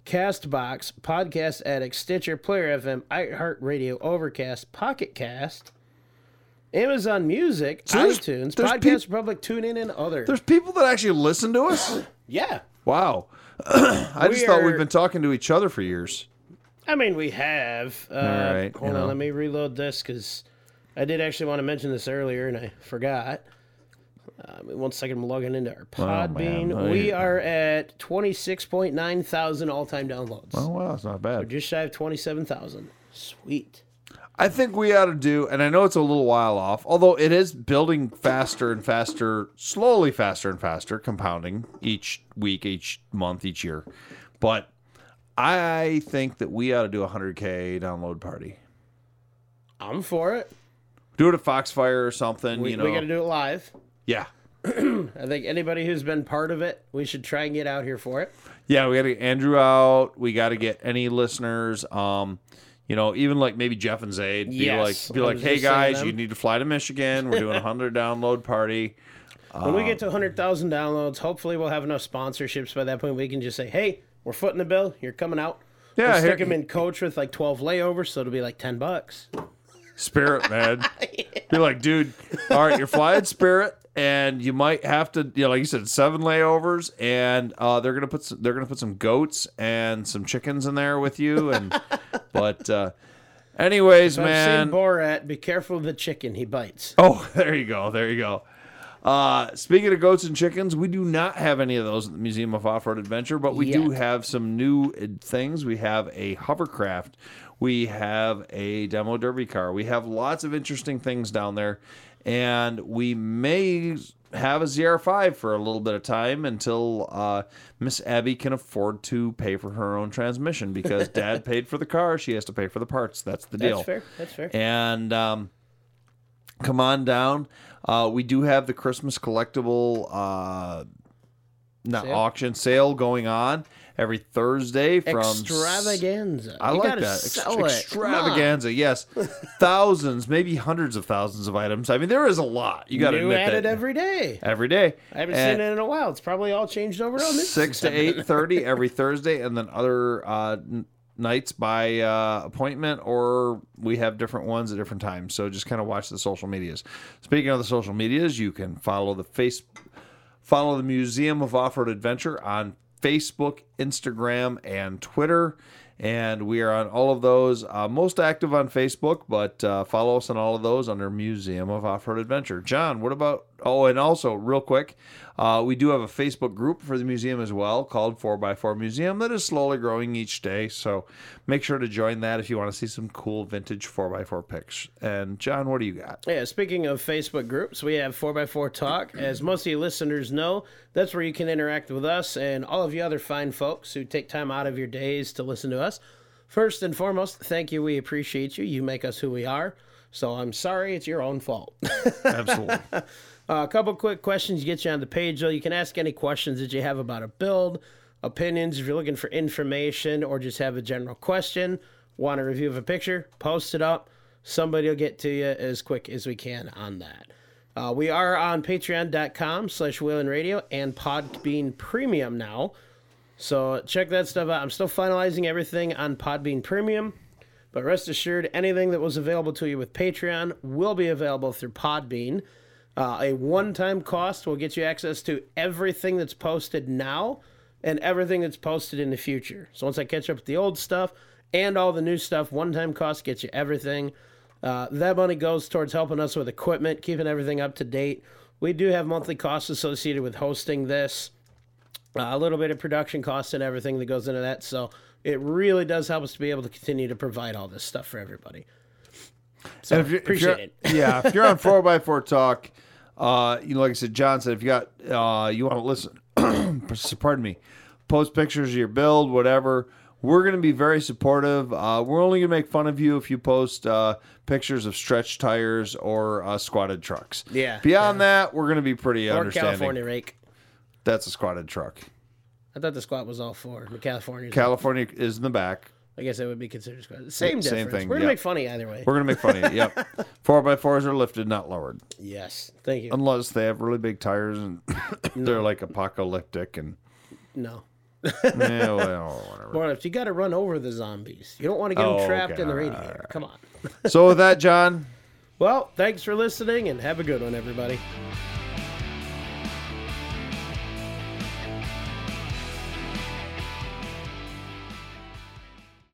[SPEAKER 1] Castbox, Podcast Addict, Stitcher, Player FM, iHeartRadio, Overcast, Pocket Cast, Amazon Music,
[SPEAKER 2] there's-
[SPEAKER 1] iTunes,
[SPEAKER 2] there's
[SPEAKER 1] Podcast
[SPEAKER 2] peop-
[SPEAKER 1] Republic, TuneIn, and other.
[SPEAKER 2] There's people that actually listen to us.
[SPEAKER 1] Yeah.
[SPEAKER 2] Wow. I just thought we've
[SPEAKER 1] are-
[SPEAKER 2] been talking to each other for years.
[SPEAKER 1] I mean, we have. Uh,
[SPEAKER 2] right,
[SPEAKER 1] Hold
[SPEAKER 2] you
[SPEAKER 1] on,
[SPEAKER 2] know.
[SPEAKER 1] let me reload this because I did actually want to mention this earlier and I forgot. Um, one second, I'm logging into our Podbean.
[SPEAKER 2] Oh,
[SPEAKER 1] we
[SPEAKER 2] yeah.
[SPEAKER 1] are at 26.9 thousand all time downloads.
[SPEAKER 2] Oh wow, it's not bad.
[SPEAKER 1] Just shy of 27,000. Sweet.
[SPEAKER 2] I think we ought to do, and I know it's a little while off, although it is building faster and faster, slowly faster and faster, compounding each week, each month, each year. But I think that we ought to do a 100k download party.
[SPEAKER 1] I'm for it.
[SPEAKER 2] Do it at Foxfire or something,
[SPEAKER 1] We,
[SPEAKER 2] you know.
[SPEAKER 1] we got to do it live.
[SPEAKER 2] yeah.
[SPEAKER 1] I think anybody who's been part of it, we should try and get out here for it.
[SPEAKER 2] Yeah, we got to get Andrew out. We got to get any listeners. Um, you know, even like maybe Jeff and Zayd. Be
[SPEAKER 1] Yes,
[SPEAKER 2] like, be
[SPEAKER 1] I
[SPEAKER 2] like,
[SPEAKER 1] was
[SPEAKER 2] hey
[SPEAKER 1] just saying
[SPEAKER 2] guys,
[SPEAKER 1] them.
[SPEAKER 2] you need to fly to Michigan. We're doing a hundred download party.
[SPEAKER 1] When
[SPEAKER 2] Um,
[SPEAKER 1] we get to 100,000 downloads, hopefully we'll have enough sponsorships by that point. We can just say, hey, we're footing the bill. You're coming out.
[SPEAKER 2] Yeah,
[SPEAKER 1] We'll stick
[SPEAKER 2] here-
[SPEAKER 1] them in coach with like 12 layovers, so it'll be like 10 bucks.
[SPEAKER 2] Spirit, man. Be like, dude, all right, you're flying Spirit, and you might have to, you know, like you said, seven layovers, and uh, they're gonna put some, they're gonna put some goats and some chickens in there with you, and but uh, anyways,
[SPEAKER 1] I've
[SPEAKER 2] man.
[SPEAKER 1] seen Borat, be careful of the chicken he bites.
[SPEAKER 2] Oh, there you go. There you go. Uh, speaking of goats and chickens, we do not have any of those at the Museum of Off Road Adventure, but we do
[SPEAKER 1] Yet.
[SPEAKER 2] have some new uh, things. We have a hovercraft, we have a demo derby car, we have lots of interesting things down there, and we may have a ZR5 for a little bit of time until uh, Miss Abby can afford to pay for her own transmission because dad paid for the car, she has to pay for the parts. That's the deal
[SPEAKER 1] That's fair. That's fair.
[SPEAKER 2] and um, come on down. Uh, we do have the Christmas collectible, uh, not
[SPEAKER 1] Sale?
[SPEAKER 2] auction sale going on every Thursday from
[SPEAKER 1] Extravaganza.
[SPEAKER 2] I
[SPEAKER 1] you
[SPEAKER 2] like
[SPEAKER 1] gotta
[SPEAKER 2] that Ex-
[SPEAKER 1] Sell it.
[SPEAKER 2] extravaganza. Yes, thousands, maybe hundreds of thousands of items. I mean, there is a lot. You got
[SPEAKER 1] Come
[SPEAKER 2] to
[SPEAKER 1] on. New
[SPEAKER 2] admit
[SPEAKER 1] added
[SPEAKER 2] that
[SPEAKER 1] every day.
[SPEAKER 2] every day.
[SPEAKER 1] I haven't
[SPEAKER 2] And-
[SPEAKER 1] seen it in a while. It's probably all changed over on this.
[SPEAKER 2] six to eight thirty every Thursday, and then other uh, n- nights by uh, appointment, or we have different ones at different times. So just kind of watch the social medias. Speaking of the social medias, you can follow the face, follow the Museum of Off Road Adventure on Facebook, Instagram, and Twitter. And we are on all of those. Uh, most active on Facebook, but uh, follow us on all of those under Museum of Off Road Adventure. John, what about? Oh, and also, real quick, uh, we do have a Facebook group for the museum as well called 4x4 Museum that is slowly growing each day. So make sure to join that if you want to see some cool vintage 4x4 pics. And John, what do you got?
[SPEAKER 1] Yeah, speaking of Facebook groups, we have 4x4 Talk. As most of you listeners know, that's where you can interact with us and all of you other fine folks who take time out of your days to listen to us. First and foremost, thank you. We appreciate you. You make us who we are. So I'm sorry, it's your own fault.
[SPEAKER 2] Absolutely.
[SPEAKER 1] Uh, a couple quick questions to get you on the page, though. You can ask any questions that you have about a build, opinions, if you're looking for information, or just have a general question, want a review of a picture, post it up. Somebody will get to you as quick as we can on that. Uh, we are on patreon.com slash Wheeling Radio and Podbean Premium now. So check that stuff out. I'm still finalizing everything on Podbean Premium. But rest assured, anything that was available to you with Patreon will be available through Podbean. Uh, a one time cost will get you access to everything that's posted now and everything that's posted in the future. So once I catch up with the old stuff and all the new stuff, one time cost gets you everything. Uh, that money goes towards helping us with equipment, keeping everything up to date. We do have monthly costs associated with hosting this uh, a little bit of production costs and everything that goes into that. So it really does help us to be able to continue to provide all this stuff for everybody. So
[SPEAKER 2] And if you're,
[SPEAKER 1] appreciate it.
[SPEAKER 2] if you're, yeah, if you're on four by four talk, uh, you know, like I said, John said, if you got uh, you want to listen, pardon me, post pictures of your build, whatever. We're going to be very supportive. Uh, we're only going to make fun of you if you post uh, pictures of stretched tires or uh, squatted trucks.
[SPEAKER 1] Yeah,
[SPEAKER 2] Beyond that, we're going to be pretty
[SPEAKER 1] Or
[SPEAKER 2] understanding.
[SPEAKER 1] California rake.
[SPEAKER 2] That's a squatted truck.
[SPEAKER 1] I thought the squat was all four. The California.
[SPEAKER 2] California is in the back.
[SPEAKER 1] I guess it would be considered squat. Same difference.
[SPEAKER 2] Same thing,
[SPEAKER 1] We're gonna
[SPEAKER 2] yeah.
[SPEAKER 1] make funny either way.
[SPEAKER 2] We're going to make fun of you. Yep. Four by fours are lifted, not lowered.
[SPEAKER 1] yes. Thank you.
[SPEAKER 2] unless they have really big tires and they're like apocalyptic and
[SPEAKER 1] no.
[SPEAKER 2] yeah, well, whatever.
[SPEAKER 1] More left. You got to run over the zombies. You don't want to get them
[SPEAKER 2] Oh,
[SPEAKER 1] trapped
[SPEAKER 2] okay.
[SPEAKER 1] in the
[SPEAKER 2] All right,
[SPEAKER 1] radiator. Come on.
[SPEAKER 2] So with that, John,
[SPEAKER 1] Well, thanks for listening and have a good one, everybody.